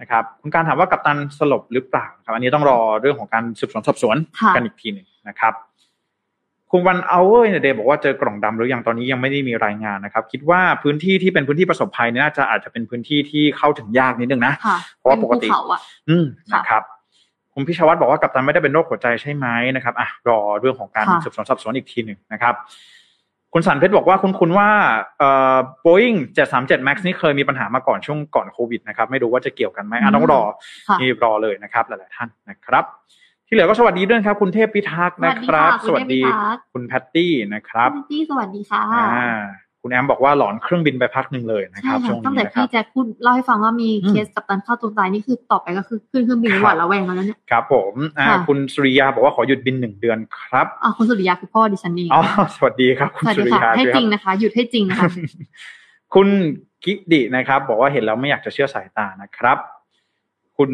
Speaker 2: นะครับ คุณการถามว่ากัปตันสลบหรือเปล่าครับ อันนี้ต้องรอเรื่องของการสืบสวนสอบสวน
Speaker 3: ค่ะ
Speaker 2: กันอีกทีหนึ่งนะครับ คุณวันเอาเวอร์เดย์บอกว่าเจอกล่องดำหรือยังตอนนี้ยังไม่ได้มีรายงานนะครับ คิดว่าพื้นที่ที่เป็นพื้นที่ประสบภัยเนี่ยน่าจะอาจจะเป็นพื้นที่ที่เข้าถึงยากนิดนึงนะ
Speaker 3: ค่ะ
Speaker 2: เพราะว่า
Speaker 3: เป็น
Speaker 2: ปก
Speaker 3: ภู
Speaker 2: ติ
Speaker 3: เขาอ่ะ
Speaker 2: อืม
Speaker 3: ค่ะ
Speaker 2: นะครับคุณพิชวัตรบอกว่ากัปตันไม่ได้เป็นโรคหัวใจใช่ไหมนะครับอ่ะรอเรื่องของการ
Speaker 3: ค่ะ
Speaker 2: สืบสวนสอบสวนอีกทีหนึ่งนะครับ คุณสันเพชรบอกว่าคุณคุณว่าเอ่อ Boeing 737 Max นี่เคยมีปัญหามาก่อนช่วงก่อนโควิดนะครับ ไม่รู้ว่าจะเกี่ยวกันไหมอ่ะต้องรอ
Speaker 3: ค่ะ
Speaker 2: นี่รอเลยนะครับ หลายๆท่านนะครับ ที่เหลือก็สวัสดีด้วยนะครับ คุณเทพพิทักษ์นะครับ
Speaker 3: สวัสดี
Speaker 2: ส
Speaker 3: ค่ะ
Speaker 2: วัสดีคุณแพตตี้นะครับ
Speaker 3: คุณตี้สวัสดีค่ะ
Speaker 2: อ่าคุณแอมบอกว่าหลอนเครื่องบินไปพักหนึ่งเลยนะค
Speaker 3: ใช่
Speaker 2: รับช่
Speaker 3: ค่ะ
Speaker 2: วง
Speaker 3: ตั้ง
Speaker 2: นี้
Speaker 3: แต่
Speaker 2: นะค
Speaker 3: ที่
Speaker 2: รับ
Speaker 3: แจ็คพูดเล่าให้ฟังว่ามี
Speaker 2: อืม
Speaker 3: เคสกับตันฆ่าตัวตายนี่คือต่อไปก็คือขึ้นเครื่องบิน
Speaker 2: ครับ
Speaker 3: หวาดระแวงกันแล้วเนี่ย
Speaker 2: ครับผมอ่า
Speaker 3: ค่ะ
Speaker 2: คุณสุริยาบอกว่าขอหยุดบินหนึ่งเดือนครับ
Speaker 3: อ่ะคุณสุริยาคือพ่อดิฉันเอง
Speaker 2: อ๋อ [LAUGHS] สวัสดีครับ คุ
Speaker 3: ส
Speaker 2: ณ
Speaker 3: วัส
Speaker 2: สุ
Speaker 3: ดี
Speaker 2: ริ
Speaker 3: ค่ะ
Speaker 2: ยา
Speaker 3: ให้
Speaker 2: ด้วย
Speaker 3: จ
Speaker 2: ค
Speaker 3: ริ
Speaker 2: รั
Speaker 3: ง
Speaker 2: บ
Speaker 3: นะคะ หยุดให้จริงนะคะ
Speaker 2: คุณกิดินะครับ บอกว่าเห็นแล้วไม่อยากจะเชื่อสายตานะครับ คุณ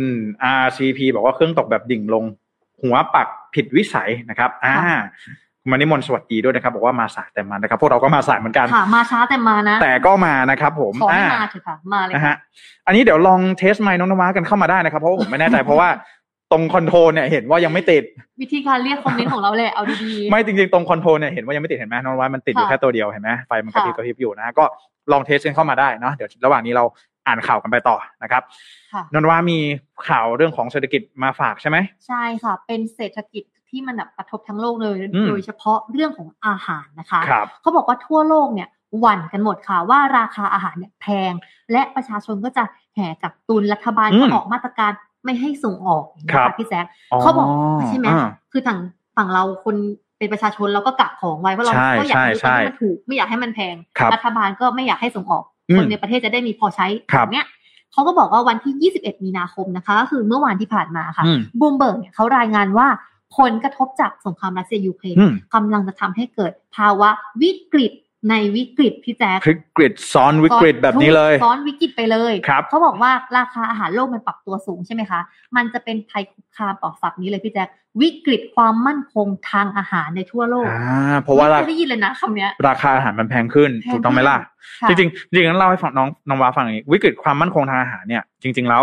Speaker 2: RCP บอกว่าเครื่องตกแบบดิ่งลง หัวปักผิดวิสัยนะครับ อ่า
Speaker 3: ค่ะ
Speaker 2: คุณมานิมนต์สวัสดีด้วยนะครับ บอกว่ามาสายแต่มานะครับ พวกเราก็มาสายเหมือนกัน
Speaker 3: ค่ะ มาช้าแต่มานะ
Speaker 2: แต่ก็มานะครับ ผม
Speaker 3: ขอให้
Speaker 2: อ่า
Speaker 3: มาเถอะค่ะ มาเลย
Speaker 2: นะ
Speaker 3: ค่ะ
Speaker 2: ฮะ อันนี้เดี๋ยวลองเทสไมค์น้องนวากันเข้ามาได้นะครับ เพราะว่าผมไม่แน่ใจ [LAUGHS] เพราะว่าตรงคอนโทรลเนี่ยเห็นว่ายังไม่ติด
Speaker 3: วิธีการเรียกคอมเมนต์ของเราเลยเอาดีๆ
Speaker 2: ไม่จริงๆ ตรงคอนโทรลเนี่ยเห็นว่ายังไม่ติดเห็นไหมน้องว่ามันติดอยู่
Speaker 3: ค่ะ
Speaker 2: แค่ตัวเดียวเห็นไหมไฟมันกระพริบ
Speaker 3: ค่ะ
Speaker 2: กระพริบอยู่นะก็ลองเทสกันเข้ามาได้เนาะเดี๋ยวระหว่างนี้เราอ่านข่าวกันไปต่อนะครับ
Speaker 3: ค่ะ
Speaker 2: นนท์ว่ามีข่าวเรื่องของเศรษฐกิจมาฝากใช่ไหม
Speaker 3: ใช่ค่ะ เป็นเศรษฐกิจที่มันแบบกระทบทั้งโลกเลย
Speaker 2: อืม
Speaker 3: โดยเฉพาะเรื่องของอาหารนะคะ
Speaker 2: ครับ
Speaker 3: เขาบอกว่าทั่วโลกเนี่ยหวั่นกันหมดค่ะว่าราคาอาหารเนี่ยแพง และประชาชนก็จะแห่กักตุนรัฐบาลก็ออกมาตรการไม่ให้ส่งออกนะคะพี่แจ๊ค เขาบอกใช่ไหม
Speaker 2: อ่า
Speaker 3: คือทาง ฝั่งเราคนเป็นประชาชนเราก็กักของไว้เพราะเรา
Speaker 2: ใช่
Speaker 3: ก็อยากให้
Speaker 2: ใช่
Speaker 3: มันถูกไม่อยากให้มันแพง
Speaker 2: ครับ
Speaker 3: ฐบาลก็ไม่อยากให้ส่งออก
Speaker 2: อืม
Speaker 3: คนในประเทศจะได้มีพอใช้
Speaker 2: ครับ
Speaker 3: แบบเนี้ยเขาก็บอกว่าวันที่ 21 มีนาคมนะคะก็คือเมื่อวานที่ผ่านมาค่ะ
Speaker 2: อืม
Speaker 3: บูมเบิร์กเนี่ยเขารายงานว่าผลกระทบจากสงครามรัสเซียยูเครน
Speaker 2: อืม
Speaker 3: กำลังจะทำให้เกิดภาวะวิกฤตในวิกฤตพี่แจ๊ค
Speaker 2: วิกฤตซ้อนวิกฤตแบบนี้เลย
Speaker 3: ซ้อนวิกฤตไปเลย
Speaker 2: ครับ
Speaker 3: เขาบอกว่าราคาอาหารโลกมันปรับตัวสูงใช่ไหมคะ มันจะเป็นภัยคุกคามต่อสัตว์นี้เลยพี่แจ๊ควิกฤตความมั่นคงทางอาหารในทั่วโลก
Speaker 2: อ่าเพราะว่า
Speaker 3: ไม่
Speaker 2: รา
Speaker 3: เคยได้ยินเลยนะคำเนี้ย
Speaker 2: ราคาอาหารมันแพงขึ้น ถูกต้องไหมล่ะ
Speaker 3: ค่ะ
Speaker 2: จริงๆจริงๆงั้นเล่าให้ฟังน้องน้องว้าฟังอย่างนี้วิกฤตความมั่นคงทางอาหารเนี่ย จริง ๆแล้ว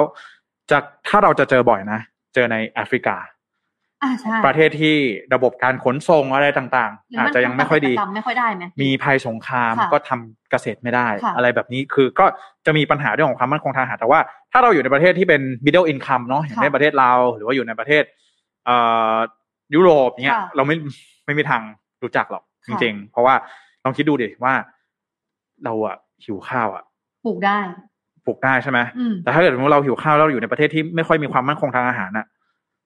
Speaker 2: จะถ้าเราจะเจอบ่อยนะ เจอในแอฟริกา
Speaker 3: อ่าใช่
Speaker 2: ประเทศที่ระบบการขนส่งอะไรต่าง
Speaker 3: หรื
Speaker 2: ๆ อาจจะยังไม่ค่อยดี
Speaker 3: นทำเกษตรกรรไม่ค่อยได้ไหม
Speaker 2: มีภัยสงคราม
Speaker 3: ค่ะ
Speaker 2: ก็ทำเกษตรไม่ได้
Speaker 3: ค่ะ
Speaker 2: อะไรแบบนี้คือก็จะมีปัญหาเรื่องของความมั่นคงทางอาหารแต่ว่าถ้าเราอยู่ในประเทศที่เป็น middle income เนาะอย่างเช่นประเทศลาวหรือว่าอยู่ในประเทศเอ่อยุโรปเนี่ย
Speaker 3: ค่ะ
Speaker 2: เราไม่ไม่มีทางรู้จักหรอกจ
Speaker 3: ค่ะ
Speaker 2: ริง ๆ เพราะว่าลองคิดดูดิว่าเราอะหิวข้าวอะ
Speaker 3: ปลูกได้
Speaker 2: ปลูกได้ใช่ไหม
Speaker 3: อืม
Speaker 2: แต่ถ้าเกิดสมมุติเราหิวข้าวแล้วเราอยู่ในประเทศที่ไม่ค่อยมีความมั่นคงทางอาหารอะ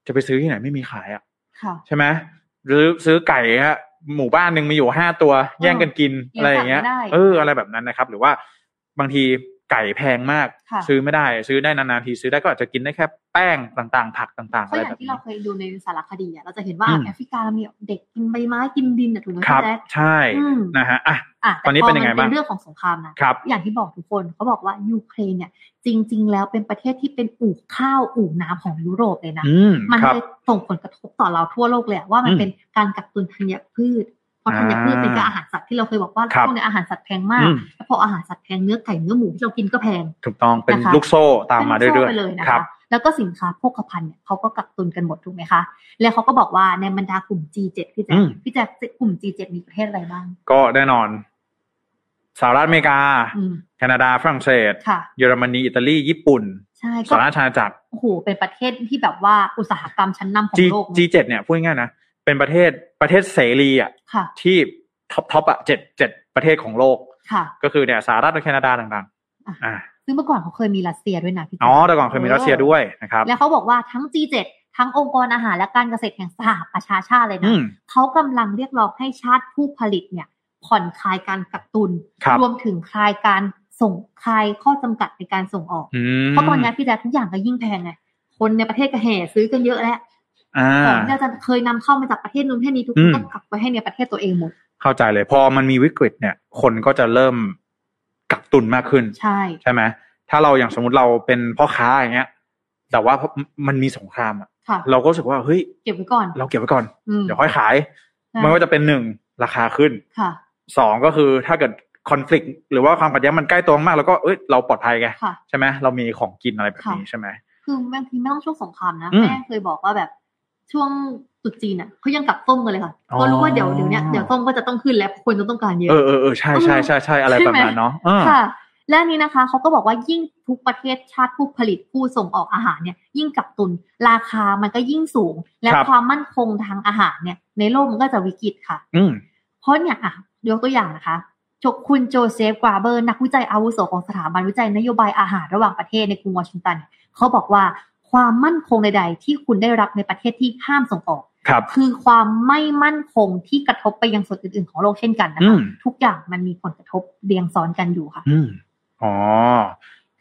Speaker 2: จะไปซื้อที่ไหนไม่มีขายอะ
Speaker 3: ค่ะ
Speaker 2: ใช่ไหมหรือซื้อไก่ฮะหมู่บ้านหนึ่งมีอยู่ห้าตัว แย่งกันกิน
Speaker 3: เออ
Speaker 2: อะไรอย่างเงี้ย
Speaker 3: เลี้ยงสัตว์ไม่ได้
Speaker 2: เอออะไรแบบนั้นนะครับ หรือว่าบางทีไก่แพงมาก
Speaker 3: ค่ะ
Speaker 2: ซื้อไม่ได้ ซื้อได้นานๆทีซื้อได้ก็อาจจะกินได้แค่แป้งต่างๆ ผักต่างๆ
Speaker 3: เพ
Speaker 2: อะ
Speaker 3: ราะ
Speaker 2: ไร
Speaker 3: อย่าง
Speaker 2: แบบ
Speaker 3: ที่
Speaker 2: นี้
Speaker 3: เราเคยดูในสารคดีอะเราจะเห็นว่า
Speaker 2: อืม
Speaker 3: แอฟริกามีเด็กกินใบไม้กินดินอะถูกไหม
Speaker 2: ครับ
Speaker 3: พี่แจ๊ค
Speaker 2: ใช่
Speaker 3: อืม
Speaker 2: นะฮะอ่ะ
Speaker 3: อ่ะ
Speaker 2: ตอนนี้
Speaker 3: แพ
Speaker 2: เป็นยังไง
Speaker 3: มั
Speaker 2: บ้าง
Speaker 3: เรื่องของสงครามนะครับ อย่างที่บอกทุกคนเขาบอกว่ายูเครนเนี่ยจริง ๆ แล้วเป็นประเทศที่เป็นอู่ข้าวอู่น้ำของยุโรปเลยนะ
Speaker 2: อืม
Speaker 3: มัน
Speaker 2: ครับ
Speaker 3: เลยส่งผลกระทบต่อเราทั่วโลกเลยอะว่ามัน
Speaker 2: อืม
Speaker 3: เป็นการกักตุนธัญพืชเพราะธัญพืช
Speaker 2: อ่า
Speaker 3: เป็นอาหารสัตว์ที่เราเคยบอกว่า
Speaker 2: ครับ
Speaker 3: ช่วงเนี้ยอาหารสัตว์แพงมาก
Speaker 2: อืม
Speaker 3: แล้วพออาหารสัตว์แพงเนื้อไก่เนื้อหมูที่เรากินก็แพง
Speaker 2: ถูกต้องเป็น
Speaker 3: นะคะ
Speaker 2: ลูกโซ่ตามมาเรื่อย
Speaker 3: ป็นโซ่ไปเลยนะ
Speaker 2: ๆ ครั
Speaker 3: คะ
Speaker 2: บ
Speaker 3: แล้วก็สินค้าโภคภัณฑ์เนี่ยเขาก็กักตุนกันหมดถูกไหมคะ แล้วเขาก็บอกว่าในบรรดากลุ่ม G7 พี่แจ๊
Speaker 2: อื
Speaker 3: ค
Speaker 2: ม
Speaker 3: พี่แจ๊คกลุ่ม G7 มีประเทศอะไรบ้าง
Speaker 2: ก็แน่นอนสหรัฐอเมริกา
Speaker 3: อืม
Speaker 2: แคนาดาฝรั่งเศส
Speaker 3: ค่ะ
Speaker 2: เยอรมนีอิตาลีญี่ปุ่น
Speaker 3: ใช่
Speaker 2: ส
Speaker 3: ก็
Speaker 2: หราชอาณาจักร
Speaker 3: โอ้โหเป็นประเทศที่แบบว่าอุตสาหกรรมชั้นนำของ
Speaker 2: G
Speaker 3: โลกนะ
Speaker 2: G7 เนี่ยพูดง่ายๆนะเป็นประเทศประเทศเสรีอ่ะ
Speaker 3: ค่ะ
Speaker 2: ที่ท็อปท็อปอ่ะเจ็ดเจ็ดประเทศของโลก
Speaker 3: ค่ะ
Speaker 2: ก็คือเนี่ยสหรัฐและแคนาดาต่าง
Speaker 3: อ่ะ
Speaker 2: ๆอ่า
Speaker 3: ซึ่งเมื่อก่อนเขาเคยมีรัสเซียด้วยนะพี่แจ๊ค
Speaker 2: อ๋อแต่ก่อนเคยมีรัสเซียด้วยนะครับ
Speaker 3: แล้วเขาบอกว่าทั้ง G7 ทั้งองค์กรอาหารและการเกษตรแห่งสหประชาชาติเลย
Speaker 2: อื
Speaker 3: นะ
Speaker 2: ม
Speaker 3: เขากำลังเรียกร้องให้ชาติผู้ผลิตเนี่ยผ่อนคลายการกักตุน
Speaker 2: ครับ
Speaker 3: วมถึงคลายการส่งคลายข้อจำกัดในการส่งออก
Speaker 2: อืม
Speaker 3: เพราะตอนนี้พี่แจ๊คทุกอย่างก็ยิ่งแพงไง คนในประเทศก็แห่ซื้อกันเยอะแล้ว
Speaker 2: อ่า
Speaker 3: ของที่เราจะเคยนำเข้ามาจากประเทศนู้นประเทศนี้ทุกค
Speaker 2: อื
Speaker 3: น
Speaker 2: ม
Speaker 3: ก็กลับไปให้ในประเทศตัวเองหมด
Speaker 2: เข้าใจเลย พอมันมีวิกฤตเนี่ย คนก็จะเริ่มกักตุนมากขึ้น
Speaker 3: ใช่
Speaker 2: ใช่ไหมถ้าเราอย่างสมมติเราเป็นพ่อค้าอย่างเงี้ย แต่ว่ามันมีสงครามอ่ะ
Speaker 3: ค่ะ
Speaker 2: เราก็รู้สึกว่าเฮ้ย
Speaker 3: เก็บไว้ก่อน
Speaker 2: เราเก็บไว้ก่อน
Speaker 3: อืม
Speaker 2: เดี๋ยวค่อยขาย
Speaker 3: ใช่
Speaker 2: มันก็จะเป็นหนึ่งราคาขึ้น
Speaker 3: ค่ะ
Speaker 2: สองก็คือถ้าเกิดคอน FLICT หรือว่าความขัดแย้งมันใกล้ตัวมากแล้วก็เอ้ยเราปลอดภัยไง
Speaker 3: ค่ะ
Speaker 2: ใช่ไหมเรามีของกินอะไรแบบนี้
Speaker 3: ค่ะ
Speaker 2: ใช่ไหม
Speaker 3: คือบางทีไม่ต้องช่วงสงครามนะ
Speaker 2: อืม
Speaker 3: แม่เคยบอกว่าแบบช่วงตรุษจีนอ่ะเขายังกลับต้มกันเลยค่ะ
Speaker 2: อ๋อ
Speaker 3: ก็รู้ว่าเดี๋ยวเดี๋ยวเนี้ยเดี๋ยวต้มก็จะต้องขึ้นแล้วคนจะต้องการเย
Speaker 2: เออ
Speaker 3: อะ
Speaker 2: เออเออใช่ใช่ใช่ใช่อะไร
Speaker 3: ใช่
Speaker 2: แบบ
Speaker 3: ไหม
Speaker 2: นั้นเนาะอ่า
Speaker 3: ค่ะ และอันนี้นะคะเขาก็บอกว่ายิ่งทุกประเทศชาติผู้ผลิตผู้ส่งออกอาหารเนี่ย ยิ่งกักตุนราคามันก็ยิ่งสูง และความมั่นคงทางอาหารเนี่ย ในโลกมันก็จะวิกฤตค่ะ
Speaker 2: อืม
Speaker 3: เพราะเนี่ยอ่ะยกตัวอย่างนะคะจกคุณโจเซฟกราเบอร์ นักวิจัยอาวุโสของสถาบันวิจัยนโยบายอาหารระหว่างประเทศในกรุงวอชิงตันเนี่ยเขาบอกว่าความมั่นคงใดๆ ที่คุณได้รับในประเทศที่ห้ามส่งออก
Speaker 2: ครับ
Speaker 3: คือความไม่มั่นคงที่กระทบไปยังส่วนอื่นๆ ของโลกเช่นกันนะ
Speaker 2: อื
Speaker 3: คะ
Speaker 2: ม
Speaker 3: ทุกอย่างมันมีผลกระทบเรียงซ้อนกันอยู่ค่ะ
Speaker 2: อืมอ๋อ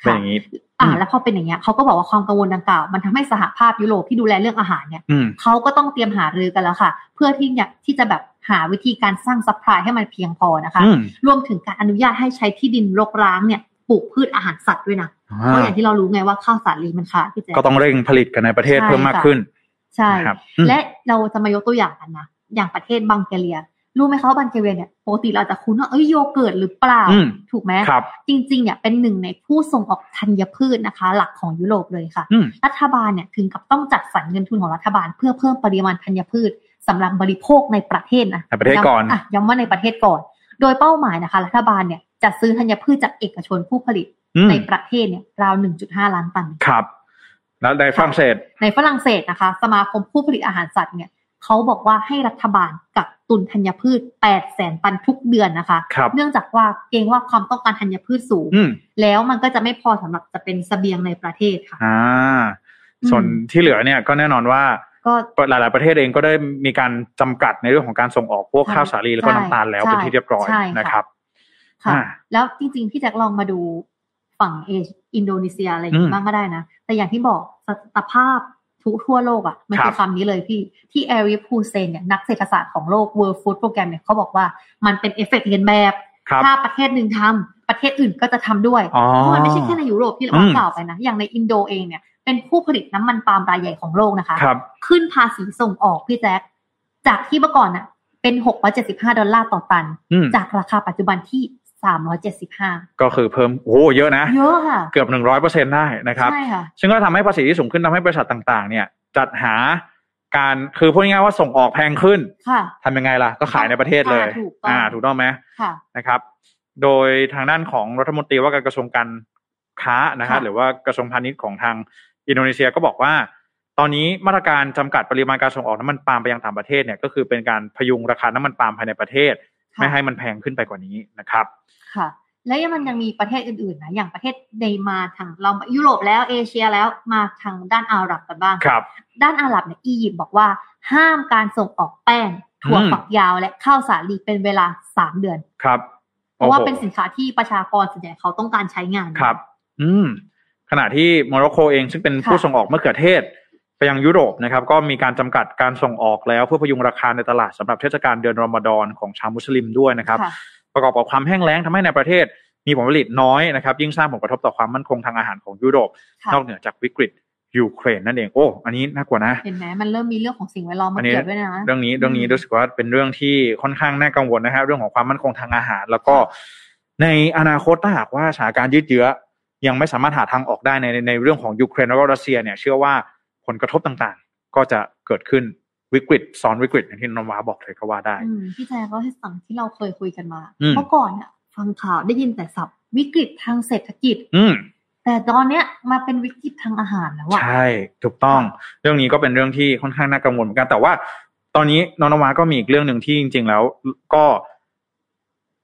Speaker 2: เป็น
Speaker 3: ค่ะ
Speaker 2: อย่างนี้
Speaker 3: อ่า
Speaker 2: อืม
Speaker 3: แล้วพอเป็นอย่างเงี้ยเขาก็บอกว่าความกังวลดังกล่าวมันทำให้สหภาพยุโรปที่ดูแลเรื่องอาหารเนี่ย
Speaker 2: อืม
Speaker 3: เขาก็ต้องเตรียมหารือกันแล้วค่ะ เพื่อที่อยากที่จะแบบหาวิธีการสร้างซัพพลายให้มันเพียงพอนะคะ
Speaker 2: อืม
Speaker 3: รวมถึงการอนุญาตให้ใช้ที่ดินรกร้างเนี่ยปลูกพืชอาหารสัตว์ด้วยนะเพ
Speaker 2: อ่า
Speaker 3: ราะอย่างที่เรารู้ไงว่าข้าวสาลีมันขาดพี่แจ๊ค
Speaker 2: ก็ต้องเร่งผลิตกันในประเทศ
Speaker 3: ใช่
Speaker 2: เพิ่มมาก
Speaker 3: ค่ะ
Speaker 2: ขึ้น
Speaker 3: ใช่
Speaker 2: นะครับอืม
Speaker 3: และเราจะมายกตัวอย่างกันนะอย่างประเทศบังแกเรีย รู้ไหมคะว่าบังแกเรียเนี่ยปกติเราจะคุ้นว่าเอ้ยโยเกิร์ตหรือเปล่า
Speaker 2: อืม
Speaker 3: ถูกไหม
Speaker 2: ครับ
Speaker 3: จริงๆเนี่ยเป็นหนึ่งในผู้ส่งออกธัญพืชนะคะ หลักของยุโรปเลยค่ะ
Speaker 2: อืม
Speaker 3: รัฐบาลเนี่ยถึงกับต้องจัดสรรเงินทุนของรัฐบาล เพื่อเพิ่มปริมาณธัญพืชสำหรับบริโภคในประเทศนะ
Speaker 2: ในประเทศก่อน
Speaker 3: ย้ำะย้ำว่าในประเทศก่อน โดยเป้าหมายนะคะ รัฐบาลเนี่ยจะซื้อธัญพืชจากเอกชนผู้ผลิต
Speaker 2: อืม
Speaker 3: ในประเทศเนี่ยราว 1.5 ล้านตัน
Speaker 2: ครับ แล้วในฝรั่งเศส
Speaker 3: ในฝรั่งเศสนะคะ สมาคมผู้ผลิตอาหารสัตว์เนี่ยเขาบอกว่าให้รัฐบาลกักตุนธัญพืช 8 แสนตันทุกเดือนนะคะ
Speaker 2: ครับ
Speaker 3: เนื่องจากว่าเกรงว่าความต้องการธัญพืชสูง
Speaker 2: อืม
Speaker 3: แล้วมันก็จะไม่พอสำหรับจะเป็นเสบียงในประเทศค่ะ
Speaker 2: อ่า ส่วน
Speaker 3: อืม
Speaker 2: ที่เหลือเนี่ยก็แน่นอนว่า
Speaker 3: ก็
Speaker 2: หลาย ๆ ประเทศเองก็ได้มีการจำกัดในเรื่องของการส่งออกพวก
Speaker 3: ใช่
Speaker 2: ข้าวสาลีแล้วก็
Speaker 3: ใช่
Speaker 2: น้ำตาลแล้วเป็นที่เรียบร้อย
Speaker 3: ใช่ค่ะ
Speaker 2: นะครับ
Speaker 3: ค่ะ
Speaker 2: อ่า
Speaker 3: แล้วจริงๆ พี่แจ็คลองมาดูฝั่งเอชอินโดนีเซียอะไรอย่าง
Speaker 2: อื
Speaker 3: นี้
Speaker 2: ม
Speaker 3: บ้างก็ได้นะ แต่อย่างที่บอกสตภาพทุกทั่วโลกอะ่ะ มัน
Speaker 2: ครั
Speaker 3: คื
Speaker 2: บ
Speaker 3: อคำนี้เลยพี่ ที่แอริฟฮูเซนเนี่ยนักเศรษฐศาสตร์ของโลก World Food Program เนี่ยเขาบอกว่ามันเป็นเอฟเฟกต์เรียนแบบ
Speaker 2: ครับ
Speaker 3: ถ้าประเทศหนึ่งทำประเทศอื่นก็จะทำด้วย
Speaker 2: อ๋อ
Speaker 3: เพราะมันไม่ใช่แค่ในยุโรปที่
Speaker 2: อื
Speaker 3: เรา
Speaker 2: ม
Speaker 3: กล่าวไปนะ อย่างในอินโดเองเนี่ยเป็นผู้ผลิตน้ำมันปาล์มรายใหญ่ของโลกนะคะ
Speaker 2: ครับ
Speaker 3: ขึ้นภาษีส่งออกพี่แจ๊คจากที่เมื่อก่อนน่ะเป็น 675 ดอลลาร์ต่อตัน
Speaker 2: อืม
Speaker 3: จากราคาปัจจุบันที่ 375
Speaker 2: ก็คือเพิ่มโอ้โหเยอะนะ
Speaker 3: เยอะค่ะ
Speaker 2: เกือบหนึ่งร้อยเปอร์เซ็นต์ได้นะครับ
Speaker 3: ใช่ค่ะ
Speaker 2: ซึ่งก็ทำให้ภาษีที่สูงขึ้นทำให้บริษัทต่าง ๆ เนี่ย จัดหาการคือพูดง่ายๆว่าส่งออกแพงขึ้น
Speaker 3: ค่ะ
Speaker 2: ทำยังไงล่ะ ก็ขายในประเทศเลย
Speaker 3: อ่าถูกต้อง
Speaker 2: อ่า ถูกต้องไหม
Speaker 3: ค่ะ
Speaker 2: นะครับ โดยทางด้านของรัฐมนตรีว่าการกระทรวงการค้านะครับ
Speaker 3: ค่ะ
Speaker 2: หรือว่ากระทรวงพาณิชย์ของทางอินโดนีเซียก็บอกว่า ตอนนี้มาตรการจำกัดปริมาณการส่งออกน้ำมันปาล์มไปยังต่างประเทศเนี่ยก็คือเป็นการพยุงราคาน้ำมันปาล์มภายในประเทศ ไม่ให้มันแพงขึ้นไปกว่านี้นะครับ
Speaker 3: ค่ะ และยังมันยังมีประเทศอื่นๆนะ อย่างประเทศในมาทางเรายุโรปแล้วเอเชียแล้วมาทางด้านอาหรับกันบ้าง
Speaker 2: ครับ
Speaker 3: ด้านอาหรับเนี่ยอียิปต์บอกว่า ห้ามการส่งออกแป้งถั่ว
Speaker 2: อืม
Speaker 3: ฝักยาวและข้าวสาลีเป็นเวลา 3 เดือน
Speaker 2: ครับ
Speaker 3: เพราะว่า
Speaker 2: โอ้โห
Speaker 3: เป็นสินค้าที่ประชากรส่วนใหญ่เขาต้องการใช้งาน
Speaker 2: ครับ อืมขณะที่โมร็อกโกเองซึ่งเป็น
Speaker 3: ค่ะ
Speaker 2: ผู้ส่งออกมะเขือเทศ ไปยังยุโรปนะครับ ก็มีการจำกัดการส่งออกแล้วเพื่อพยุงราคาในตลาดสำหรับเทศกาลเดือนรอมฎอนของชาวมุสลิมด้วยนะครับ
Speaker 3: ค่ะ
Speaker 2: ประกอบกับความแห้งแล้งทำให้ในประเทศมีผลผลิตน้อยนะครับ ยิ่งสร้างผลกระทบต่อความมั่นคงทางอาหารของยุโรป
Speaker 3: ค่ะ
Speaker 2: นอกเหนือจากวิกฤตยูเครนนั่นเองโอ้อันนี้น่ากลัวนะ
Speaker 3: เห็นไหมมันเริ่มมีเรื่องของสิ่งแวดล้อม
Speaker 2: อั
Speaker 3: มาน
Speaker 2: นี้
Speaker 3: เกี่ยวด้วยนะ
Speaker 2: เรื่องนี้เรื่องนี้
Speaker 3: อืม
Speaker 2: รู้สึกว่าเป็นเรื่องที่ค่อนข้างน่ากังวลนะครับเรื่องของความมั่นคงทางอาหาร แล้วก็ในอนาคตถ้าหากว่าสถานการณ์ยืดเยื้อยังไม่สามารถหาทางออกได้ในในในเรื่องของยูเครนแล้วก็รัสเซียเนี่ยเชื่อว่าผลกระทบต่างๆ ก็จะเกิดขึ้นวิกฤตซ้อนวิกฤตอย่างที่นนวาบอกเลยก็ว่าได้
Speaker 3: อืมพี่แจ๊คเราให้ฟังที่เราเคยคุยกันมา
Speaker 2: อืม
Speaker 3: เมื่อก่อนอะฟังข่าวได้ยินแต่ศัพท์วิกฤตทางเศรษฐกิจ
Speaker 2: อืม
Speaker 3: แต่ตอนเนี้ยมาเป็นวิกฤตทางอาหารแล้วอะ
Speaker 2: ใช่ถูกต้องเรื่องนี้ก็เป็นเรื่องที่ค่อนข้างน่ากังวลเหมือนกันแต่ว่า ตอนนี้นองนวาก็มีอีกเรื่องหนึ่งที่จริง ๆ แล้ว ก็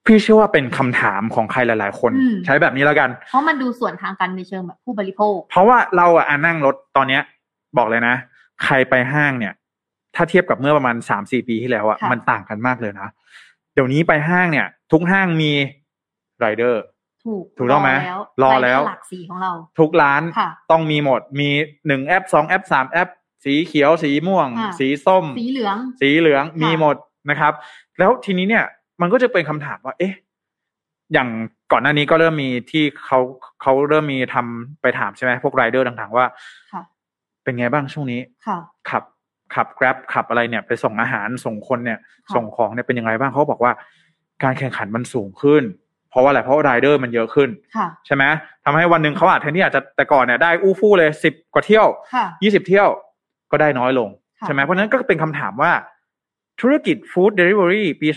Speaker 2: พี่เชื่อว่าเป็นคำถามของใครหลาย ๆ คน
Speaker 3: อืม
Speaker 2: ใช้แบบนี้แล้วกัน
Speaker 3: เพราะมันดูส่วนทางกันในเชิงแบบผู้บริโภค
Speaker 2: เพราะว่าเราอะอ่ะนั่งรถตอนเนี้ย บอกเลยนะ ใครไปห้างเนี่ย ถ้าเทียบกับเมื่อประมาณสามสี่ปีที่แล้วอะ
Speaker 3: ค่ะ
Speaker 2: มันต่างกันมากเลยนะเดี๋ยวนี้ไปห้างเนี่ย ทุกห้างมีไรเดอร์
Speaker 3: ถูก
Speaker 2: ถูกต้องไหมร
Speaker 3: ร
Speaker 2: อ
Speaker 3: อ
Speaker 2: แล้
Speaker 3: แล้ว วรายได้หลักสีของเรา
Speaker 2: ทุกร้าน
Speaker 3: ค่ะ
Speaker 2: ต้องมีหมด มีหนึ่งแอปสองแอปสามแอป สีเขียว สีม่วง
Speaker 3: ค่ะ
Speaker 2: สีส้ม
Speaker 3: สีเหลือง
Speaker 2: สีเหลือง
Speaker 3: ค่ะ
Speaker 2: มีหมดนะครับ แล้วทีนี้เนี่ย มันก็จะเป็นคำถามว่า เอ๊ะ อย่างก่อนหน้านี้ก็เริ่มมีที่เขาเขาเริ่มมีทำไปถามใช่ไหมพวกรายเดอร์ต่างๆว่า
Speaker 3: ค่ะ
Speaker 2: เป็นไงบ้างช่วงนี้
Speaker 3: ค่ะ
Speaker 2: ขับขับ grab ขับอะไรเนี่ย ไปส่งอาหารส่งคนเนี่ย
Speaker 3: ค่ะ
Speaker 2: ส่งของเนี่ยเป็นยังไงบ้างเขาบอกว่า การแข่งขันมันสูงขึ้น เพราะว่าอะไรเพราะรายเดอร์มันเยอะขึ้น
Speaker 3: ค่ะ
Speaker 2: ใช่ไหมทำให้วันหนึ่งเขาอาจแทนที่อาจจะแต่ก่อนเนี่ยได้อู้ฟู่เลยสิบกว่าเที่ยว
Speaker 3: ค่ะ
Speaker 2: ยี่สิบเที่ยวก็ได้น้อยลง
Speaker 3: ค่ะ
Speaker 2: ใช่ไหมเพราะฉะนั้นก็เป็นคำถามว่า ธุรกิจฟู้ดเดลิเวอรี่ปี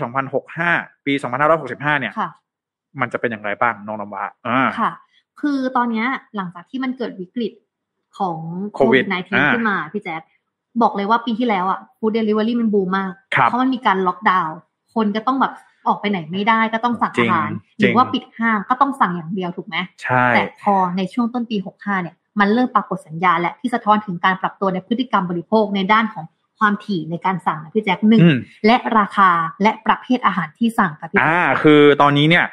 Speaker 2: 2065 ปี 2565 เนี่ย
Speaker 3: ค่ะ
Speaker 2: มันจะเป็นอย่างไรบ้างน้องนำวะอ่า
Speaker 3: ค่ะ คือตอนเนี้ยหลังจากที่มันเกิดวิกฤตของ
Speaker 2: โค
Speaker 3: โค
Speaker 2: วิ
Speaker 3: วิ
Speaker 2: ด
Speaker 3: ด
Speaker 2: อ่า
Speaker 3: 19ขึ้นมาพี่แจ๊คบอกเลยว่าปีที่แล้วอ่ะฟู้ดเดลิเวอรี่มันบูมมาก
Speaker 2: ครับ
Speaker 3: เพราะมันมีการล็อกดาวน์คนก็ต้องแบบออกไปไหนไม่ได้ก็ต้องสั่ง
Speaker 2: จริ
Speaker 3: อาง หาร
Speaker 2: จริง
Speaker 3: หรือว่าปิดห้างก็ต้องสั่งอย่างเดียวถูกไหม
Speaker 2: ใช่
Speaker 3: แต่พอในช่วงต้นปี 65 เนี่ย มันเริ่มปรากฏสัญญาณและที่สะท้อนถึงการปรับตัวในพฤติกรรมบริโภคในด้านของความถี่ในการสั่งนะพี่แจ็คหนึ่ง
Speaker 2: อืม
Speaker 3: และราคาและประเภทอาหารที่สั่งกับพี่
Speaker 2: อ่า
Speaker 3: แจ๊ค
Speaker 2: คือตอนนี้เนี่ย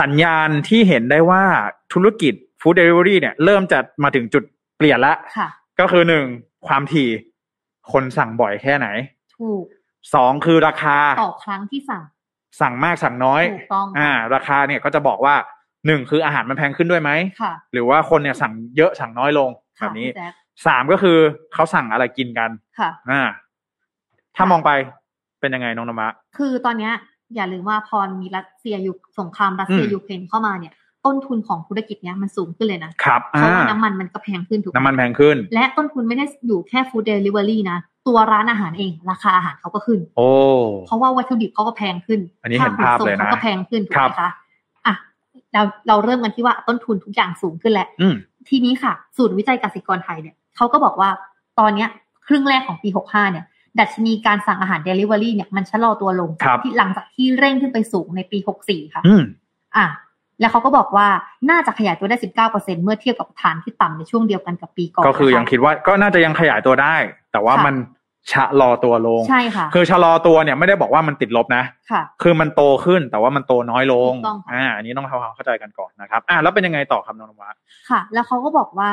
Speaker 2: สัญญาณที่เห็นได้ว่าธุรกิจฟู้ดเดลิเวอรี่เนี่ย เริ่มจะมาถึงจุดเปลี่ยนละ
Speaker 3: ค่ะ
Speaker 2: ก็คือหนึ่งความถี่ คนสั่งบ่อยแค่ไหน
Speaker 3: ถูก
Speaker 2: สองคือราคา
Speaker 3: ต่อครั้งที่สั่ง
Speaker 2: สั่งมากสั่งน้อย
Speaker 3: ถูกต้อง
Speaker 2: อ่า ราคาเนี่ยก็จะบอกว่าหนึ่งคืออาหารมันแพงขึ้นด้วยไหม
Speaker 3: ค่ะ
Speaker 2: หรือว่าคนเนี่ยสั่งเยอะสั่งน้อยลงแบ
Speaker 3: ค่ะ
Speaker 2: บนี้
Speaker 3: พี่แจ๊ค
Speaker 2: สามก็คือเขาสั่งอะไรกินกัน
Speaker 3: ค่ะ
Speaker 2: อ่าถ้ามองไปเป็นยังไงน้องนมะ
Speaker 3: คือตอนเนี้ยอย่าลืมว่าพอมีรัสเซียยุคสงครามรัสเซีย
Speaker 2: อืม
Speaker 3: ยูเครนเข้ามาเนี่ย ต้นทุนของธุรกิจเนี้ยมันสูงขึ้นเลยนะ
Speaker 2: ครับ
Speaker 3: เพ
Speaker 2: อ่า
Speaker 3: ราะว่าน้ำมันมันก็แพงขึ้นถูกไห
Speaker 2: น้ำมันแพงขึ้น
Speaker 3: และต้นทุนไม่ได้อยู่แค่ฟู้ดเดลิเวอรี่นะ ตัวร้านอาหารเองราคาอาหารเขาก็ขึ้น
Speaker 2: โอ้
Speaker 3: เพราะว่าวัตถุดิบเขาก็แพงขึ้น
Speaker 2: อันนี้เห็นภาพเลยนะ
Speaker 3: ค่ขส่งเขาก็แพงขึ้นถูกไหมคะอ่ะเราเราเริ่มกันที่ว่าต้นทุนทุกอย่างสูงขึ้นแล้ว
Speaker 2: อืม
Speaker 3: ทีนี้ค่ะ ศูนย์วิจัยกสิกรไทยเนี่ยเขาก็บอกว่าตอนเนี้ยครึ่งแรกของปี 65 เนี่ย ดัชนีการสั่งอาหาร Delivery เนี่ยมันชะลอตัวลง
Speaker 2: ครับ
Speaker 3: ที่หลังจากที่เร่งขึ้นไปสูงในปี 64 ค่ะ
Speaker 2: อืม
Speaker 3: อ่ะ แล้วเขาก็บอกว่าน่าจะขยายตัวได้ 19%เมื่อเทียบกับฐานที่ต่ำในช่วงเดียวกันกับปีก่อน
Speaker 2: ก็คือ
Speaker 3: นะะ
Speaker 2: ยังคิดว่าก็น่าจะยังขยายตัวได้ แต่ว่า
Speaker 3: ค่ะ
Speaker 2: มัน ชะลอตัวลง
Speaker 3: ใช่ค่ะ
Speaker 2: คือชะลอตัวเนี่ยไม่ได้บอกว่ามันติดลบนะ
Speaker 3: ค่ะ
Speaker 2: คือมันโตขึ้นแต่ว่ามันโตน้อยลง
Speaker 3: ถูกต้องค่ะ
Speaker 2: อ่าอันนี้ต้องทำความเข้าใจกันก่อนนะครับ อ่าแล้วเป็นยังไงต่อครับน้องนวัด
Speaker 3: ค่ะ แล้วเขาก็บอกว่า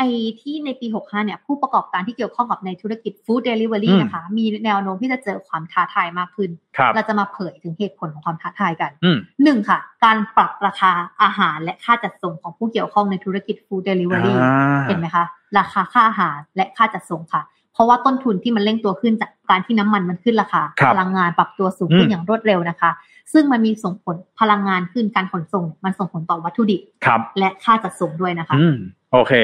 Speaker 3: ไอ้ที่ในปี 65 เนี่ย ผู้ประกอบการที่เกี่ยวข้องกับในธุรกิจฟู้ดเดลิเวอรี่นะคะ มีแนวโน้มที่จะเจอความท้าทายมากขึ้น
Speaker 2: ครับ
Speaker 3: เราจะมาเผยถึงเหตุผลของความท้าทายกัน
Speaker 2: อืม
Speaker 3: หนึ่งค่ะ การปรับราคาอาหารและค่าจัดส่งของผู้เกี่ยวข้องในธุรกิจฟู้ดเดลิเวอรี่
Speaker 2: อ่า
Speaker 3: เห็นไหมคะ ราคาค่าอาหารและค่าจัดส่งค่ะ เพราะว่าต้นทุนที่มันเร่งตัวขึ้นจากการที่น้ำมันมันขึ้นราคา
Speaker 2: ครับ
Speaker 3: พลังงานปรับตัวสูงขึ้
Speaker 2: อื
Speaker 3: น
Speaker 2: ม
Speaker 3: อย่างรวดเร็วนะคะ ซึ่งมันมีส่งผลพลังงานขึ้นการขนส่ง มันส่งผลต่อวัตถุดิบ
Speaker 2: ครับ
Speaker 3: และค่าจัดส่งด้วยนะคะ
Speaker 2: อืมโอเค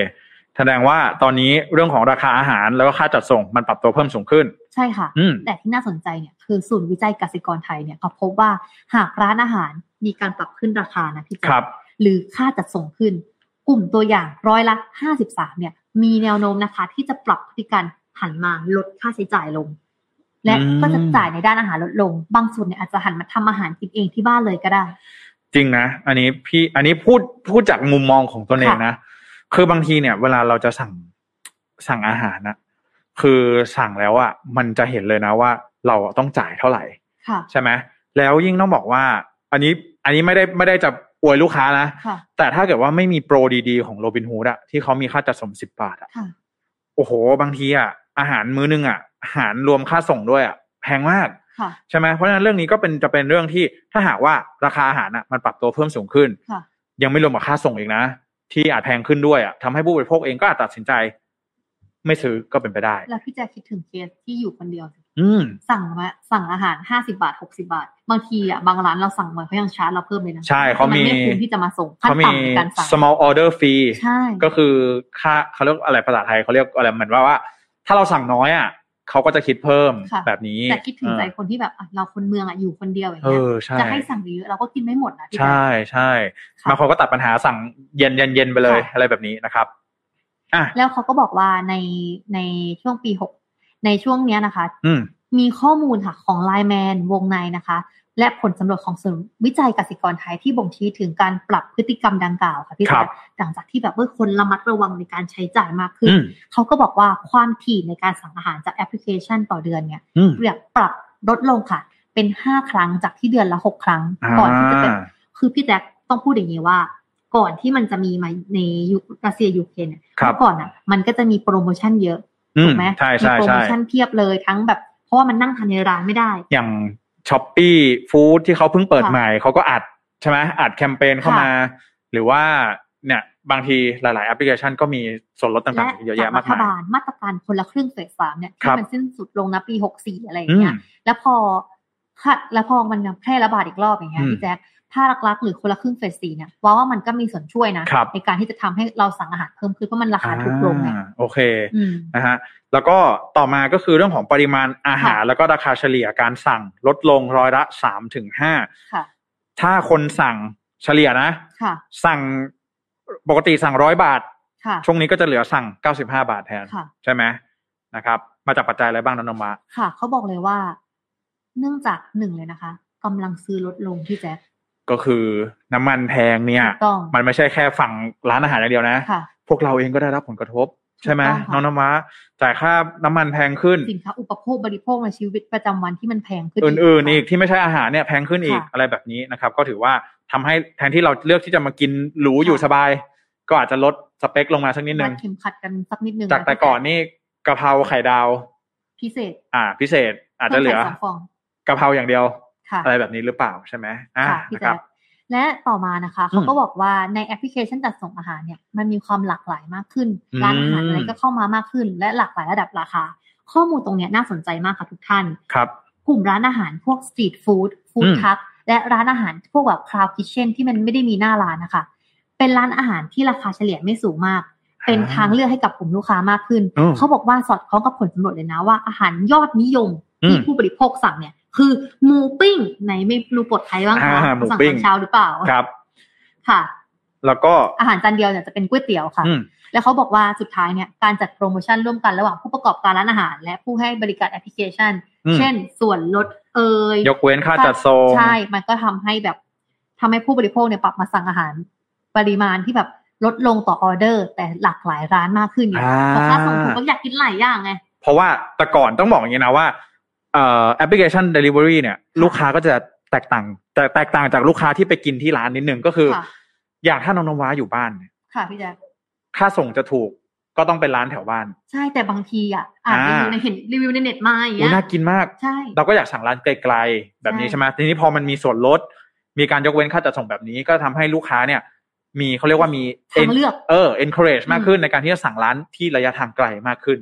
Speaker 2: แสดงว่าตอนนี้เรื่องของราคาอาหารแล้วก็ค่าจัดส่งมันปรับตัวเพิ่มสูงขึ้น
Speaker 3: ใช่ค่ะ
Speaker 2: อืม
Speaker 3: แต่ที่น่าสนใจเนี่ยคือศูนย์วิจัยกสิกรไทยเนี่ยเขาพบว่าหากร้านอาหารมีการปรับขึ้นราคานะพี่
Speaker 2: ค
Speaker 3: แจ๊
Speaker 2: รับ
Speaker 3: คหรือค่าจัดส่งขึ้น กลุ่มตัวอย่างร้อยละ53เนี่ย มีแนวโน้มนะคะ ที่จะปรับพฤติการหันมาลดค่าใช้จ่ายลง และ
Speaker 2: อืม
Speaker 3: ก็จะจ่ายในด้านอาหารลดลง บางส่วนเนี่ยอาจจะหันมาทำอาหารกินเองที่บ้านเลยก็ได้
Speaker 2: จริงนะ อันนี้พี่อันนี้พูดพูดจากมุมมองของตนเองนะ คือบางทีเนี่ย เวลาเราจะสั่งสั่งอาหารนะคือสั่งแล้วอะมันจะเห็นเลยนะว่า เราอะต้องจ่ายเท่าไหร่
Speaker 3: ค่ะ
Speaker 2: ใช่ไหมแล้วยิ่งต้องบอกว่า อันนี้อันนี้ไม่ได้ไม่ได้จะอวยลูกค้านะ
Speaker 3: ค่ะ
Speaker 2: แต่ถ้าเกิดว่าไม่มีโปรดีๆของโรบินฮูดอะที่เขามีค่าจัดส่งสิบบาทอะ
Speaker 3: ค่ะ
Speaker 2: โอ้โห บางทีอะอาหารมื้อนึงอะอาหารรวมค่าส่งด้วยอะแพงมาก
Speaker 3: ค่ะ
Speaker 2: ใช่ไหมเพราะฉะนั้นเรื่องนี้ก็เป็นจะเป็นเรื่องที่ถ้าหากว่าราคาอาหารอ่ะมันปรับตัวเพิ่มสูงขึ้น
Speaker 3: ค่ะ
Speaker 2: ยังไม่รวมกับค่าส่งอีกนะ ที่อาจแพงขึ้นด้วยอ่ะทำให้ผู้บริโภคเองก็อาจตัดสินใจ ไม่ซื้อก็เป็นไปได้
Speaker 3: แล้วพี่แจ๊คคิดถึงเคสที่อยู่คนเดียวสิ
Speaker 2: อืม
Speaker 3: สั่งมาสั่งอาหารห้าสิบาทหกสิบาท บางทีอ่ะบางร้านเราสั่งมาเขายังชาร์จเราเพิ่มเลยนะ
Speaker 2: ใช่เขามี
Speaker 3: นไม่คุ้มที่จะมาส่งขั้น
Speaker 2: เขามี
Speaker 3: ต่ำในการสั่ง
Speaker 2: small order fee
Speaker 3: ใช่
Speaker 2: ก็คือค่าเขาเรียกอะไรภาษาไทยเขาเรียกอะไรเหมือนว่าว่า ถ้าเราสั่งน้อยอ่ะเขาก็จะคิดเพิ่ม
Speaker 3: ค่ะ
Speaker 2: แบบนี้
Speaker 3: แต่คิดถึงใจคนที่แบบอ่ะเราคนเมืองอ่ะอยู่คนเดียวอย่าง
Speaker 2: เอ
Speaker 3: เงี้ย
Speaker 2: อใช่
Speaker 3: จะให้สั่งเยอะเราก็กินไม่หมดนะพี่
Speaker 2: ใช่ใช่
Speaker 3: ค่ะ
Speaker 2: บางคนก็ตัดปัญหาสั่งเย็นเย็นเย็นไปเลย
Speaker 3: ค่ะ
Speaker 2: อะไรแบบนี้นะครับอ่ะ
Speaker 3: แล้วเขาก็บอกว่าในในช่วงปีหกในช่วงเนี้ยนะคะ
Speaker 2: อืม
Speaker 3: มีข้อมูลค่ะของไลแมนวงในนะคะ และผลสำรวจของศูนย์วิจัยกสิกรไทยที่บ่งชี้ถึงการปรับพฤติกรรมดังกล่าวค่ะพี่
Speaker 2: ครั
Speaker 3: แจ๊
Speaker 2: บ
Speaker 3: คหลังจากที่แบบเมื่อคนระมัดระวังในการใช้จ่ายมากขึ้น
Speaker 2: อืม
Speaker 3: เขาก็บอกว่าความถี่ในการสั่งอาหารจากแอปพลิเคชันต่อเดือนเนี่ย
Speaker 2: อืม
Speaker 3: เปรียบปรับลดลงค่ะ เป็น 5 ครั้งจากที่เดือนละ 6 ครั้ง
Speaker 2: อ่า
Speaker 3: ก่อนที่จะเป็นคือพี่แจ็คต้องพูดอย่างนี้ว่า ก่อนที่มันจะมีมาในยุครัสเซียยูเครนเนี่ย
Speaker 2: ครับ
Speaker 3: เมื่อก่อนอ่ะมันก็จะมีโปรโมชั่นเยอะ
Speaker 2: อื
Speaker 3: ถู
Speaker 2: ม
Speaker 3: กไหม
Speaker 2: ใช่
Speaker 3: มี
Speaker 2: ใช่
Speaker 3: โปรโม
Speaker 2: ใช่
Speaker 3: ชั่นเพียบเลยทั้งแบบ เพราะว่ามันนั่งทานในร้านไม่ได้
Speaker 2: อย่างช้อปปี้ฟู้ดที่เขาเพิ่งเปิด
Speaker 3: ค่ะ
Speaker 2: ใหม่เขาก็อัดใช่ไหมอัดแคมเปญเข้า
Speaker 3: ค่ะ
Speaker 2: มา หรือว่าเนี่ยบางทีหลาย ๆ แอปพลิเคชันก็มีส่วนลด
Speaker 3: และ
Speaker 2: ต่างๆ เยอะ
Speaker 3: จา
Speaker 2: แยะ
Speaker 3: ก
Speaker 2: มา
Speaker 3: รั
Speaker 2: ก
Speaker 3: ฐ
Speaker 2: มาย
Speaker 3: บาลมาตรการคนละครึ่งเฟสสามเนี่ย
Speaker 2: ครั
Speaker 3: ที่
Speaker 2: บ
Speaker 3: มันสิ้นสุดลงนะปีหกสี่อะไรอย่า
Speaker 2: อื
Speaker 3: งเงี้
Speaker 2: ม
Speaker 3: ย แล้วพอค่ะแล้วพอมันแพร่ระบาดอีกรอบอย่างเงี้ย
Speaker 2: อืม
Speaker 3: พี่แจ๊คภาครักๆหรือคนละครึ่งเฟสสี่เนี่ยว่าว่ามันก็มีส่วนช่วยนะ
Speaker 2: ครับ
Speaker 3: ในการที่จะทำให้เราสั่งอาหารเพิ่มขึ้นเพราะมันราคาถูกลงไง
Speaker 2: อ่าโอเค
Speaker 3: อืม
Speaker 2: นะฮะแล้วก็ต่อมาก็คือเรื่องของปริมาณอาหาร
Speaker 3: ค่ะ
Speaker 2: แล้วก็ราคาเฉลี่ยการสั่งลดลงร้อยละสามถึงห้า
Speaker 3: ค่ะ
Speaker 2: ถ้าคนสั่งเฉลี่ยนะ
Speaker 3: ค่ะ
Speaker 2: สั่งปกติสั่งร้อยบาท
Speaker 3: ค่ะ
Speaker 2: ช่วงนี้ก็จะเหลือสั่งเก้าสิบห้าบาทแทน
Speaker 3: ค่ะ
Speaker 2: ใช่ไหมนะครับ มาจากปัจจัยอะไรบ้างน้องนมะ
Speaker 3: ค่ะเขาบอกเลยว่า เนื่องจากหนึ่งเลยนะคะกำลังซื้อลดลงพี่แจ๊ค
Speaker 2: ก็คือน้ำมันแพงเนี่ย
Speaker 3: ถูกต้อง
Speaker 2: มันไม่ใช่แค่ฝั่งร้านอาหารอย่างเดียวนะ
Speaker 3: ค่ะ
Speaker 2: พวกเราเองก็ได้รับผลกระทบ ใช่ไหม
Speaker 3: ถูกต้องค่ะ
Speaker 2: น้องน้ำมะจ่ายค่าน้ำมันแพงขึ้น
Speaker 3: สินค้าอุปโภคบริโภคในชีวิตประจำวันที่มันแพงขึ้น
Speaker 2: อื่นๆอีก
Speaker 3: ค่ะ
Speaker 2: ที่ไม่ใช่อาหารเนี่ยแพงขึ้นอีก
Speaker 3: ค่ะ
Speaker 2: อะไรแบบนี้นะครับ ก็ถือว่าทำให้แทนที่เราเลือกที่จะมากินหรูอยู่
Speaker 3: ค่ะ
Speaker 2: สบาย ก็อาจจะลดสเปคลงมาสักนิดนึ
Speaker 3: รัด
Speaker 2: ง
Speaker 3: เข็มขัดกันสักนิดนึง
Speaker 2: จากแต่ก่อนนี่กะเพราไข่ดาว
Speaker 3: พิเศษ
Speaker 2: อ่า พิเศษอาจจะเหลือ
Speaker 3: พิ่มไข่สองฟอง
Speaker 2: กะเพราอย่างเดียว
Speaker 3: ค่ะ
Speaker 2: อะไรแบบนี้หรือเปล่าใช่ไหมอ่า
Speaker 3: ค่ะพี่
Speaker 2: นะค
Speaker 3: แจ๊
Speaker 2: รับ
Speaker 3: คและต่อมานะคะ
Speaker 2: อืม
Speaker 3: เขาก็บอกว่าในแอปพลิเคชันจัดส่งอาหารเนี่ยมันมีความหลากหลายมากขึ้น
Speaker 2: อืม
Speaker 3: ร้านอาหารอะไรก็เข้ามามากขึ้น และหลากหลายระดับราคา ข้อมูลตรงเนี้ยน่าสนใจมากค่ะทุกท่าน
Speaker 2: ครับ
Speaker 3: กลุ่มร้านอาหารพวกสตรีทฟู้ดฟู้
Speaker 2: อืม
Speaker 3: ดทัคและร้านอาหารพวกแบบคราวคิเชนที่มันไม่ได้มีหน้าร้านนะคะ เป็นร้านอาหารที่ราคาเฉลี่ยไม่สูงมาก เป็นทางเลือกให้กับกลุ่มลูกค้ามากขึ้น
Speaker 2: อืม
Speaker 3: เขาบอกว่าสอดคล้องกับผลสำรวจเลยนะว่าอาหารยอดนิยม
Speaker 2: อืม
Speaker 3: ที่ผู้บริโภคสั่งเนี่ย คือหมูปิ้งไหนไม่รู้ปลดใครบ้างคะ
Speaker 2: อ่าหมู
Speaker 3: สั่ง
Speaker 2: ปิ้
Speaker 3: ต
Speaker 2: ง
Speaker 3: อนเช้าหรือเปล่า
Speaker 2: ครับ
Speaker 3: ค่ะ
Speaker 2: แล้วก็
Speaker 3: อาหารจานเดียวเนี่ยจะเป็นก๋วยเตี๋ยวค่ะ
Speaker 2: อืม
Speaker 3: แล้วเขาบอกว่าสุดท้ายเนี่ยการจัดโปรโมชั่นร่วมกันระหว่างผู้ประกอบการร้านอาหาร และผู้ให้บริการแอปพลิเคชัน
Speaker 2: อืม
Speaker 3: เช่น ส่วนลดเอย
Speaker 2: ยกเว้นค่าจัดส่ง
Speaker 3: ใช่ มันก็ทำให้แบบทำให้ผู้บริโภคเนี่ยปรับมาสั่งอาหาร ปริมาณที่แบบลดลงต่อออเดอร์ แต่หลากหลายร้านมากขึ้นเนี่ย
Speaker 2: อ่า
Speaker 3: พอค่าส่งถูกก็อยากกินหลายอย่างไง
Speaker 2: เพราะว่าแต่ก่อนต้องบอกอย่างนี้นะว่าเอ่อแอปพลิเคชัน Delivery เนี่ย ลูกค้าก็จะแตกต่างแต่แตกต่างจากลูกค้าที่ไปกินที่ร้านนิดนึงก็คือ
Speaker 3: ค่ะ
Speaker 2: อย่างถ้าน้องน้ำว้าอยู่บ้านเนี่ย
Speaker 3: ค่ะพี่แจ๊ค
Speaker 2: ถ้าส่งจะถูกก็ต้องเป็นร้านแถวบ้าน
Speaker 3: ใช่แต่บางทีอ่ะอ่านรีวิวในเห็นรีวิวในเน็ตมาอย่าง
Speaker 2: อุ้
Speaker 3: เงี้
Speaker 2: ย
Speaker 3: ย
Speaker 2: น่ากินมาก
Speaker 3: ใช่
Speaker 2: เราก็อยากสั่งร้านไกลๆแบบนี้
Speaker 3: ใช่
Speaker 2: ใช่ไหมทีนี้พอมันมีส่วนลด มีการยกเว้นค่าจัดส่งแบบนี้ก็ทำให้ลูกค้าเนี่ย มีเขาเรียกว่ามี
Speaker 3: ทางเลือก
Speaker 2: เออ encourage
Speaker 3: อืม
Speaker 2: มากขึ้นในการที่จะสั่งร้านที่ระยะทางไกลมากขึ้น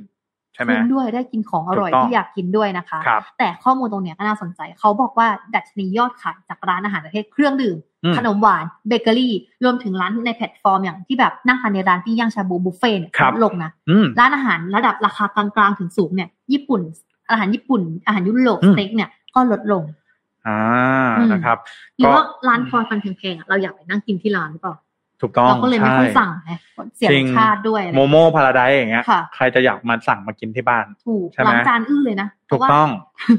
Speaker 2: ใช่ไหม
Speaker 3: คุ้มด้วยได้กินของอร่อย
Speaker 2: ถูกต้อง
Speaker 3: ที่อยากกินด้วยนะคะ
Speaker 2: ครับ
Speaker 3: แต่ข้อมูลตรงเนี้ยก็น่าสนใจ เขาบอกว่าดัชนียอดขายจากร้านอาหารประเภทเครื่องดื่ม
Speaker 2: อืม
Speaker 3: ขนมหวานเบเกอรี่รวมถึงร้านในแพลตฟอร์มอย่างที่แบบนั่งทานในร้านปิ้งย่างชาบูบุฟเฟ่ต์เนี่ย
Speaker 2: ครั
Speaker 3: ล
Speaker 2: บ
Speaker 3: ดลงนะ
Speaker 2: อืม
Speaker 3: ร้านอาหารระดับราคากลางๆ ถึงสูงเนี่ยญี่ปุ่น อาหารญี่ปุ่น อาหารยุโรป
Speaker 2: อื
Speaker 3: ส
Speaker 2: ม
Speaker 3: เต็กเนี่ยก็ลดลง
Speaker 2: อ่า
Speaker 3: อืม
Speaker 2: นะครับ
Speaker 3: หรือ
Speaker 2: ก็
Speaker 3: ว่าร้านคอยฟันแพงๆอะเราอยากไปนั่งกินที่ร้านหรือเปล่า
Speaker 2: ถูกต้อง
Speaker 3: เราก็เลยไม่ค่อยสั่งไงเสีย
Speaker 2: จริ
Speaker 3: รง สชาติด้วยอะไร
Speaker 2: โมโม่พาราไดซ์อย่างเงี้ย
Speaker 3: ค่ะ
Speaker 2: ใครจะอยากมาสั่งมากินที่บ้าน
Speaker 3: ถูก
Speaker 2: ใช่ไหม
Speaker 3: ล้างจานอื้อเลยนะเพ
Speaker 2: ถูก
Speaker 3: ราะว่า [LAUGHS]
Speaker 2: ต้อง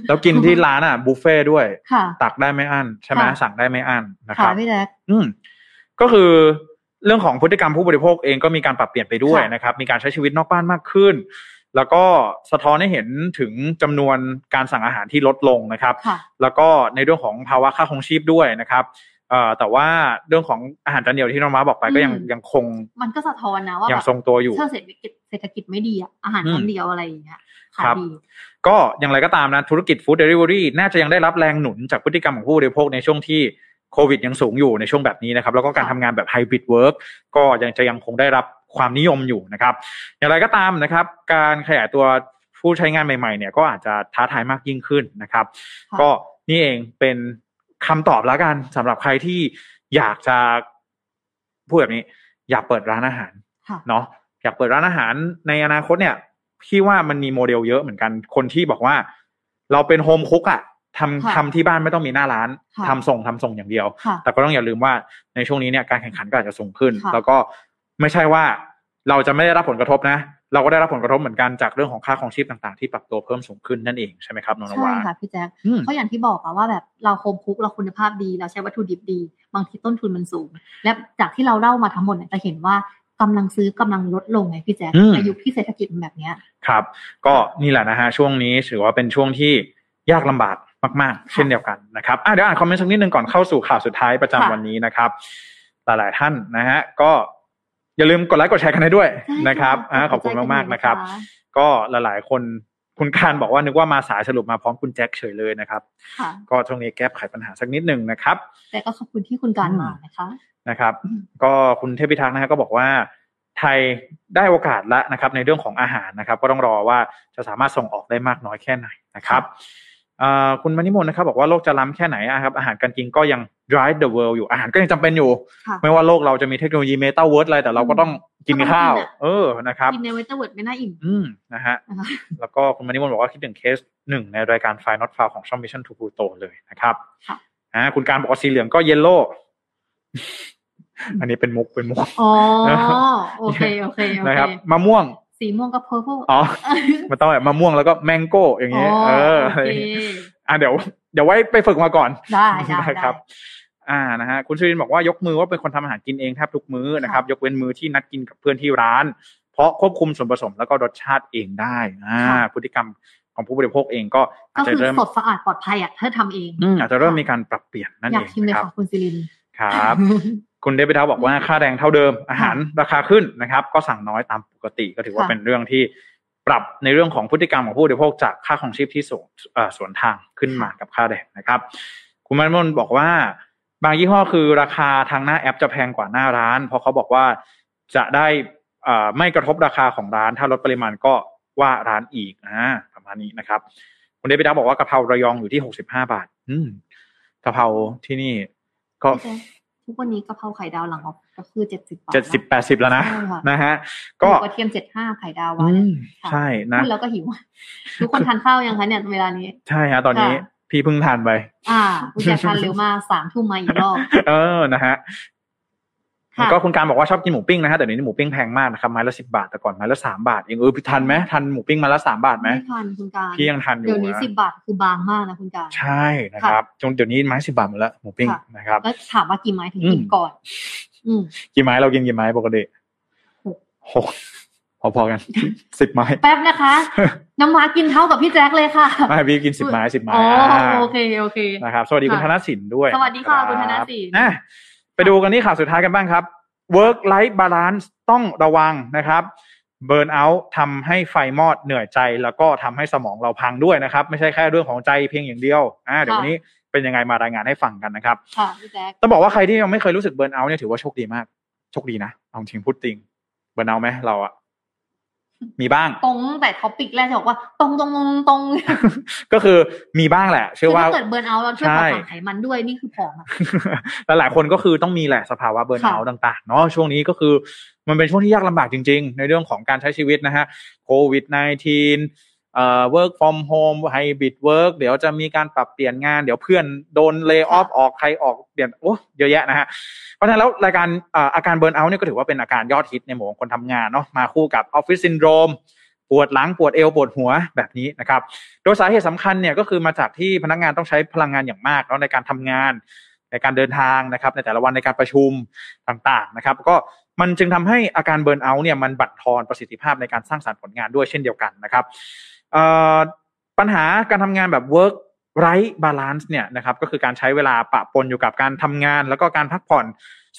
Speaker 2: แล้วกินที่ร้านอ่ะบุฟเฟ่ด้วย
Speaker 3: ค่ะ
Speaker 2: ตักได้ไม่อั้นใช่ไหม
Speaker 3: ค่ะ
Speaker 2: สั่งได้ไม่อั้นนะค
Speaker 3: ค่ะ
Speaker 2: รับ
Speaker 3: พี่แจ๊ค
Speaker 2: อืมก็คือเรื่องของพฤติกรรมผู้บริโภคเองก็มีการปรับเปลี่ยนไปด้วย
Speaker 3: ค่ะ
Speaker 2: นะครับ มีการใช้ชีวิตนอกบ้านมากขึ้น แล้วก็สะท้อนให้เห็นถึงจำนวนการสั่งอาหารที่ลดลงนะครับ
Speaker 3: ค่ะ
Speaker 2: แล้วก็ในเรื่องของภาวะค่าครองชีพด้วยนะครับเอ่อแต่ว่าเรื่องของอาหารจานเดียวที่น้องมาบอกไปก็ยัง
Speaker 3: อืม
Speaker 2: ยังคง
Speaker 3: มันก็สะท้อนนะว่า
Speaker 2: ยั
Speaker 3: แบ
Speaker 2: ง
Speaker 3: บ
Speaker 2: ทรงตัวอยู่
Speaker 3: ถ้าเศรษฐกิจเศรษฐกิจไม่ดีอะอาหาร
Speaker 2: อืม
Speaker 3: คำเดียวอะไรอย่างเงี้ยขาย
Speaker 2: ครับ
Speaker 3: ดี
Speaker 2: ก็อย่างไรก็ตามนะ ธุรกิจฟู้ดเดลิเวอรี่น่าจะยังได้รับแรงหนุนจากพฤติกรรมของผู้บริโภคในช่วงที่โควิดยังสูงอยู่ในช่วงแบบนี้นะครับ แล้วก็การ
Speaker 3: ค่ะ
Speaker 2: ทำงานแบบไฮบริดเวิร์กก็ยังจะยังคงได้รับความนิยมอยู่นะครับ อย่างไรก็ตามนะครับ การขยายตัวผู้ใช้งานใหม่ๆเนี่ยก็อาจจะท้าทายมากยิ่งขึ้นนะครับ
Speaker 3: ค่ะ
Speaker 2: ก็นี่เองเป็นคำตอบแล้วกันสำหรับใครที่อยากจะพูดแบบนี้ อยากเปิดร้านอาหาร
Speaker 3: ค่ะ
Speaker 2: เนาะอยากเปิดร้านอาหารในอนาคตเนี่ยพี่ว่ามันมีโมเดลเยอะเหมือนกันคนที่บอกว่า เราเป็นโฮมคุกอะทำ
Speaker 3: ค่ะ
Speaker 2: ทำที่บ้านไม่ต้องมีหน้าร้าน
Speaker 3: ค่ะ
Speaker 2: ทำส่งทำส่งอย่างเดียว
Speaker 3: ค่ะ
Speaker 2: แต่ก็ต้องอย่าลืมว่าในช่วงนี้เนี่ยการแข่งขันก็อาจจะสูงขึ้น
Speaker 3: ค่ะ
Speaker 2: แล้วก็ไม่ใช่ว่าเราจะไม่ได้รับผลกระทบนะ เราก็ได้รับผลกระทบเหมือนกันจากเรื่องของค่าของชีพต่างๆ ที่ปรับตัวเพิ่มสูงขึ้นนั่นเองใช่ไหมครับน้องน
Speaker 3: ใช่
Speaker 2: วา
Speaker 3: ค่ะพี่แจ๊ค
Speaker 2: อืม
Speaker 3: เพราะอย่างที่บอกอะว่าแบบเราโฮมคุกเราคุณภาพดี เราใช้วัตถุดิบดี บางทีต้นทุนมันสูง และจากที่เราเล่ามาทั้งหมดเนี่ยจะเห็นว่ากำลังซื้อกำลังลดลงไงพี่แจ๊ค
Speaker 2: อืม
Speaker 3: ในยุคที่เศรษฐกิจมันแบบเนี้ย
Speaker 2: ครับ ก็นี่แหละนะฮะช่วงนี้ถือว่าเป็นช่วงที่ยากลำบากมาก ๆ เช่นเดียวกันนะครับอ่ะเดี๋ยวอ่านคอมเมนต์สักนิดหนึ่งก่อนเข้าสู่ข่าวสุดท้ายประจำ
Speaker 3: ค่ะ
Speaker 2: วันนี้นะครับ หลาย ๆ ท่านนะฮะก็อย่าลืมกดไลค์กดแชร์กันให้ด้วย
Speaker 3: ใช่
Speaker 2: นะครับอ่ะขอบคุณมาก ๆ นะครับ ก็หลาย ๆ คนคุณการบอกว่านึกว่ามาสายสรุปมาพร้อมคุณแจ็คเฉยเลยนะครับ
Speaker 3: ค่ะ
Speaker 2: ก็ช่วงนี้แก้ไขปัญหาสักนิดหนึ่งนะครับ
Speaker 3: แต่ก็ขอบคุณที่คุณการมานะคะ
Speaker 2: นะครับ ก็คุณเทพิทักษ์นะฮะก็บอกว่า ไทยได้โอกาสละนะครับ ในเรื่องของอาหารนะครับ ก็ต้องรอว่าจะสามารถส่งออกได้มากน้อยแค่ไหนนะครับเอ่อคุณมณิมนต์นะครับบอกว่าโลกจะล้ำแค่ไหนนะครับ อาหารการกินก็ยัง drive the world อยู่อาหารก็ยังจำเป็นอยู่
Speaker 3: ค่ะ
Speaker 2: ไม่ว่าโลกเราจะมีเทคโนโลยีเมตาเวิร์สอะไรแต่เราก็ต้องกินข้าว
Speaker 3: ต้องกินอะ
Speaker 2: เออนะครับ
Speaker 3: กินในเวทเวิร์ดไม่น่าอิ่ม
Speaker 2: อืมนะฮะ
Speaker 3: นะคะ
Speaker 2: แล้วก็คุณมณิมนต์บอกว่าคิดถึงเคสหนึ่งในรายการไฟนอตฟาวของช่องมิชชั่นทูพูโตเลยนะครับ
Speaker 3: ค่ะ
Speaker 2: อ่าคุณการบอกว่าสีเหลืองก็เยล
Speaker 3: [LAUGHS]
Speaker 2: โล่ อันนี้เป็นมุกเป็นมุก [LAUGHS]
Speaker 3: อ๋อโอเคโอเคโอ
Speaker 2: นะ
Speaker 3: เค
Speaker 2: ครับมะม่วง
Speaker 3: สีม่วงกับเพอร์เพล
Speaker 2: อ๋อ มันต้องแบบมะม่วงแล้วก็แมงโก้อย่างเงี้ยเออ
Speaker 3: โอเค
Speaker 2: อ่ะเดี๋ยวเดี๋ยวไว้ไปฝึกมาก่อน
Speaker 3: ได้ได้
Speaker 2: ได้ครับ อ่านะฮะคุณชรินทร์บอกว่ายกมือว่าเป็นคนทำอาหารกินเองแทบทุกมื้อนะครับ ยกเว้นมื้อที่นัดกินกับเพื่อนที่ร้าน เพราะควบคุมส่วนผสมแล้วก็รสชาติเองได้อ่า
Speaker 3: ค่ะ
Speaker 2: พฤติกรรมของผู้บริโภคเองก็อาจ
Speaker 3: ก็
Speaker 2: จะ
Speaker 3: คือ
Speaker 2: เริ่ม
Speaker 3: สดสะอาดปลอดภัยอ่ะถ้าทำเอง
Speaker 2: อืมอาจจะเริ่ม
Speaker 3: ค่ะ
Speaker 2: มีการปรับเปลี่ยนนั่น
Speaker 3: อ
Speaker 2: เอ
Speaker 3: ยา
Speaker 2: ก ง
Speaker 3: ชิมเลย
Speaker 2: นะครับ
Speaker 3: ค่ะคุณซิลิน
Speaker 2: ครับ คุณเดวิดเท้าบอกว่าค่าแรงเท่าเดิมอาหารราคาขึ้นนะครับ ก็สั่งน้อยตามปกติก็ถือว่าเป็นเรื่องที่ปรับในเรื่องของพฤติกรรมของผู้บริโภคจากค่าของชีพที่สูงเอ่อสวนทางขึ้นมากับค่าแรงนะครับ คุณมันมนบอกว่า บางยี่ห้อคือราคาทางหน้าแอปจะแพงกว่าหน้าร้าน เพราะเขาบอกว่าจะได้เอ่อไม่กระทบราคาของร้าน ถ้าลดปริมาณก็ว่าร้านอีกอ่าประมาณนี้นะครับ คุณเดวิดเท้าบอกว่ากะเพราระยองอยู่ที่หกสิบห้าบาท อืมกะเพราที่นี่ก็
Speaker 3: พี่แจ๊คทุกวันนี้กะเพราไข่ดาวหลังออฟก็คือเจ็ดสิบบาท
Speaker 2: เจ็ดสิบแปดสิบแล้วนะ
Speaker 3: ใช่ค่ะ
Speaker 2: นะฮะ
Speaker 3: ก็
Speaker 2: ก็
Speaker 3: กระเทียมเจ็ดห้าไข่ดาว
Speaker 2: อื
Speaker 3: วัน
Speaker 2: มใช่นะ
Speaker 3: พูดแล้วก็หิวทุกคนทานข้าวยังคะเนี่ยเวลานี้
Speaker 2: ใช่ฮะตอนนี้
Speaker 3: ค่ะ
Speaker 2: พี่เพิ่งทานไป [LAUGHS]
Speaker 3: อ่าคุณแจ๊คทานเร็วมากสามทุ่มมาอีกรอบ
Speaker 2: เออนะฮะ
Speaker 3: ค่ะ
Speaker 2: ก็คุณการบอกว่าชอบกินหมูปิ้งนะฮะแต่เดี๋ยวนี้หมูปิ้งแพงมากนะครับไม้ละสิบาทแต่ก่อนไม้ละสามบาทเองเออพี่ทันไหมทันหมูปิ้งไมาละสามบาทไหม
Speaker 3: ไม่ทันคุณการ
Speaker 2: พี่ยังทันอยู่
Speaker 3: เดี๋ยวนี้
Speaker 2: นะ
Speaker 3: สิบบาทคือบางมากนะคุณการ
Speaker 2: ใช่นะครับจนเดี๋ยวนี้ไม้สิบาทหมดละหมูปิ้ง
Speaker 3: ค่ะ
Speaker 2: นะครับ
Speaker 3: แล้วถามว่ากี่ไม้ถึงกิน
Speaker 2: อืม
Speaker 3: ก่อน อืม
Speaker 2: กี่ไม้เรากินกี่ไม้ปกติ
Speaker 3: หก
Speaker 2: หก พอๆกัน [LAUGHS] สิบไม้
Speaker 3: แป๊บนะคะ น้ำว้ากินเท่ากับพี่แจ็คเลยค่ะ
Speaker 2: ไม่พี่กินสิบไม้สิบไม้
Speaker 3: อ๋อ
Speaker 2: อ่า
Speaker 3: โอเคโอเค
Speaker 2: นะครับ สวัสดีคุณธ
Speaker 3: ค่ะ
Speaker 2: นสินด้วย
Speaker 3: สวัสดีค่ะ
Speaker 2: รับ
Speaker 3: คุณธนสิน
Speaker 2: อ่ะไปดูกันที่ข่าวสุดท้ายกันบ้างครับ work life balance ต้องระวังนะครับ เบิร์นเอาท์ทำให้ไฟมอดเหนื่อยใจ แล้วก็ทำให้สมองเราพังด้วยนะครับ ไม่ใช่แค่เรื่องของใจเพียงอย่างเดียวอ่าเดี๋ยววันนี้เป็นยังไงมารายงานให้ฟังกันนะครับ
Speaker 3: ค่ะพี่แจ็ค
Speaker 2: ต้องบอกว่าใครที่ยังไม่เคยรู้สึกเบิร์นเอาท์เนี่ยถือว่าโชคดีมาก โชคดีนะเอาจริงพูดจริง เบิร์นเอาท์ไหมเราอะมีบ้าง
Speaker 3: ตรงแต่ท็อปิกแรกจะบอกว่าตรงตรงตรงตรง
Speaker 2: ก็คือมีบ้างแหละ
Speaker 3: คื
Speaker 2: เชื่
Speaker 3: อ
Speaker 2: อว่า
Speaker 3: ถ้าเกิดเบิร์นเอาท์เราช่วยเผา
Speaker 2: ใช่
Speaker 3: ผลาญไขมันด้วยนี่คือผอมอะ
Speaker 2: [LAUGHS] หลายๆคนก็คือต้องมีแหละสภาวะเบิร์นเอาท์ต่างๆเนาะช่วงนี้ก็คือมันเป็นช่วงที่ยากลำบากจริง ๆ ในเรื่องของการใช้ชีวิตนะฮะโควิด -19 เอ่อ work from home hybrid work เดี๋ยวจะมีการปรับเปลี่ยนงาน เดี๋ยวเพื่อนโดนเล y o ออฟออกใครออกเปลี่ยนโอ้เยอะแยะนะฮะเพราะฉะนั้นแล้วรายการเอ่ออาการเบิร์นเอาท์เนี่ยก็ถือว่าเป็นอาการยอดฮิตในหมู่ของคนทำงานเนาะมาคู่กับออฟฟิศซินโดรมปวดหลังปวดเอวปวดหัวแบบนี้นะครับ โดยสาเหตุสำคัญเนี่ยก็คือมาจากที่พนักงานต้องใช้พลังงานอย่างมากเนาะในการทำงาน ในการเดินทางนะครับ ในแต่ละวันในการประชุมต่างๆนะครับ ก็มันจึงทำให้อาการเบิร์นเอาท์เนี่ยมันบั่นทอนประสิทธิภาพในการสร้างสรรค์ผลงานด้วยเช่นเดียวกันนะครับเอ่อปัญหาการทำงานแบบ work right balance เนี่ยนะครับก็คือการใช้เวลาปะปนอยู่กับการทำงาน แล้วก็การพักผ่อน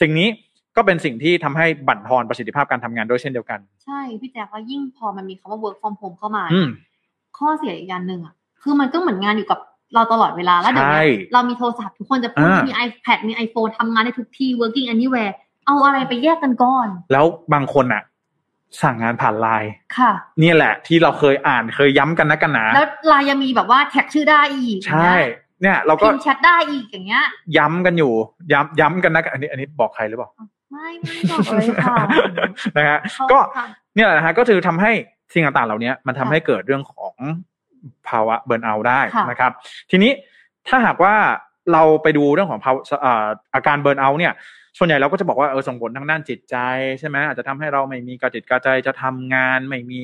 Speaker 2: สิ่งนี้ก็เป็นสิ่งที่ทำให้บั่นทอนประสิทธิภาพการทำงานด้วยเช่นเดียวกัน
Speaker 3: ใช่พี่แจ๊คว่ายิ่งพอมันมีคำว่า work from home เข้ามา
Speaker 2: อืม
Speaker 3: ข้อเสียอีกอย่างหนึ่งอ่ะ คือมันก็เหมือนงานอยู่กับเราตลอดเวลา แล้วเดี๋ยว
Speaker 2: ใช่
Speaker 3: เนี้เรามีโทรศัพท์ทุกคนจะพูด
Speaker 2: อ่ามี
Speaker 3: มี iPad มี iPhone ทำงานได้ทุกที่ working anywhere เอาอะไรไปแยกกันก่อน
Speaker 2: แล้วบางคนอะสั่งงานผ่านไลน์
Speaker 3: ค่ะ
Speaker 2: เนี่ยแหละ ที่เราเคยอ่านเคยย้ำกันนะกันหนา
Speaker 3: แล้วไลน์ยังมีแบบว่าแท็กชื่อได้อีก
Speaker 2: ใช่เนี่ยเราก็
Speaker 3: พิมพ์แชทได้อีกอย่างเงี้ย
Speaker 2: ย้ำกันอยู่ ย้ำย้ำกันนะอันนี้อันนี้บอกใครหรือเปล่า
Speaker 3: ไม่ไม่บอกเลยค่ะ
Speaker 2: [LAUGHS] นะฮะ
Speaker 3: เข้า
Speaker 2: ก็
Speaker 3: ค่ะ
Speaker 2: เนี่ยแหละนะฮะก็คือทำให้สิ่งต่างๆ เหล่านี้มันทำให้เกิดเรื่องของภาวะเบิร์นเอาได้
Speaker 3: ค่ะ
Speaker 2: นะครับ ทีนี้ถ้าหากว่าเราไปดูเรื่องของภาวะเอ่ออาการเบิร์นเอาเนี่ย ส่วนใหญ่เราก็จะบอกว่าเออส่งผลทางด้านจิตใจใช่ไหมอาจจะทำให้เราไม่มีกระจิตกระใจจะทำงาน ไม่มี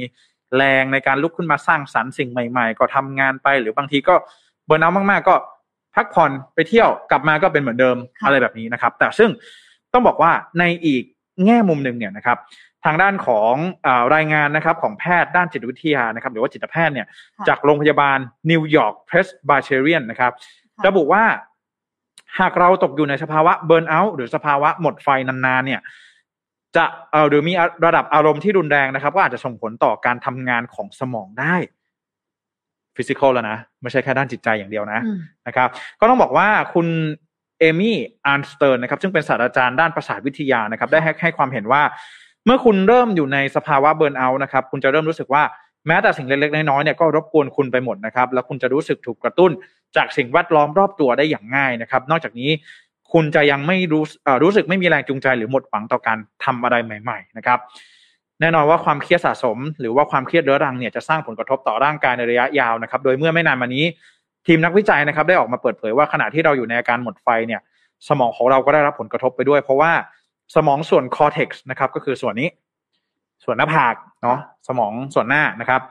Speaker 2: แรงในการลุกขึ้นมาสร้างสรรค์สิ่งใหม่ ๆ ก็ทำงานไป หรือบางทีก็เบิร์นเอามาก ๆ ก็พักผ่อนไปเที่ยวกลับมาก็เป็นเหมือนเดิม
Speaker 3: ค่ะ
Speaker 2: อะไรแบบนี้นะครับ แต่ซึ่งต้องบอกว่าในอีกแง่มุมหนึ่งเนี่ยนะครับ ทางด้านของเออรายงานนะครับของแพทย์ด้านจิตวิทยานะครับ หรือว่าจิตแพทย์เนี่ย
Speaker 3: ค่ะ
Speaker 2: จากโรงพยาบาลนิวยอร์กเพรสบาเชเรียนนะครับ
Speaker 3: ะ
Speaker 2: ระบุว่า หากเราตกอยู่ในสภาวะเบิร์นเอาท์หรือสภาวะหมดไฟนานๆเนี่ย จะเออหรือมีระดับอารมณ์ที่รุนแรงนะครับ ก็อาจจะส่งผลต่อการทำงานของสมองได้ฟิสิกอลแล้วนะ ไม่ใช่แค่ด้านจิตใจอย่างเดียวนะ
Speaker 3: อืม
Speaker 2: นะครับก็ต้องบอกว่าคุณเอมี่อาร์นสเตอร์นะครับซึ่งเป็นศาสตราจารย์ด้านประสาทวิทยานะครับได้ให้ให้ความเห็นว่า เมื่อคุณเริ่มอยู่ในสภาวะเบิร์นเอาท์นะครับคุณจะเริ่มรู้สึกว่าแม้แต่สิ่งเล็กๆ น้อยๆเนี่ยก็รบกวนคุณไปหมดนะครับแล้วคุณจะรู้สึกถูกกระตุ้นจากสิ่งแวดล้อมรอบตัวได้อย่างง่ายนะครับ นอกจากนี้คุณจะยังไม่รู้เอ่อรู้สึกไม่มีแรงจูงใจหรือหมดหวังต่อการทำอะไรใหม่ ๆ นะครับ แน่นอนว่าความเครียดสะสม หรือว่าความเครียดเรื้อรังเนี่ยจะสร้างผลกระทบต่อร่างกายในระยะยาวนะครับ โดยเมื่อไม่นานมานี้ ทีมนักวิจัยนะครับได้ออกมาเปิดเผยว่าขณะที่เราอยู่ในอาการหมดไฟเนี่ยสมองของเราก็ได้รับผลกระทบไปด้วย เพราะว่าสมองส่วนคอเท็กซ์นะครับก็คือส่วนนี้ ส่วนหน้าผากเนาะสมองส่วนหน้านะครับ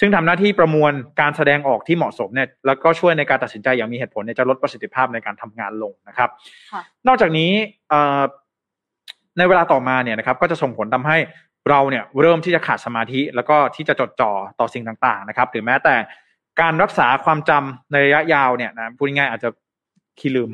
Speaker 2: ซึ่งทำหน้าที่ประมวลการแสดงออกที่เหมาะสมเนี่ยแล้วก็ช่วยในการตัดสินใจอย่างมีเหตุผลเนี่ยจะลดประสิทธิภาพในการทำงานลงนะครับ
Speaker 3: ค่ะ
Speaker 2: นอกจากนี้เอ่อในเวลาต่อมาเนี่ยนะครับ ก็จะส่งผลทำให้เราเนี่ยเริ่มที่จะขาดสมาธิ แล้วก็ที่จะจดจ่อต่อสิ่งต่างๆนะครับ หรือแม้แต่การรักษาความจำในระยะยาวเนี่ยนะพูดง่ายๆอาจจะขี้ลืม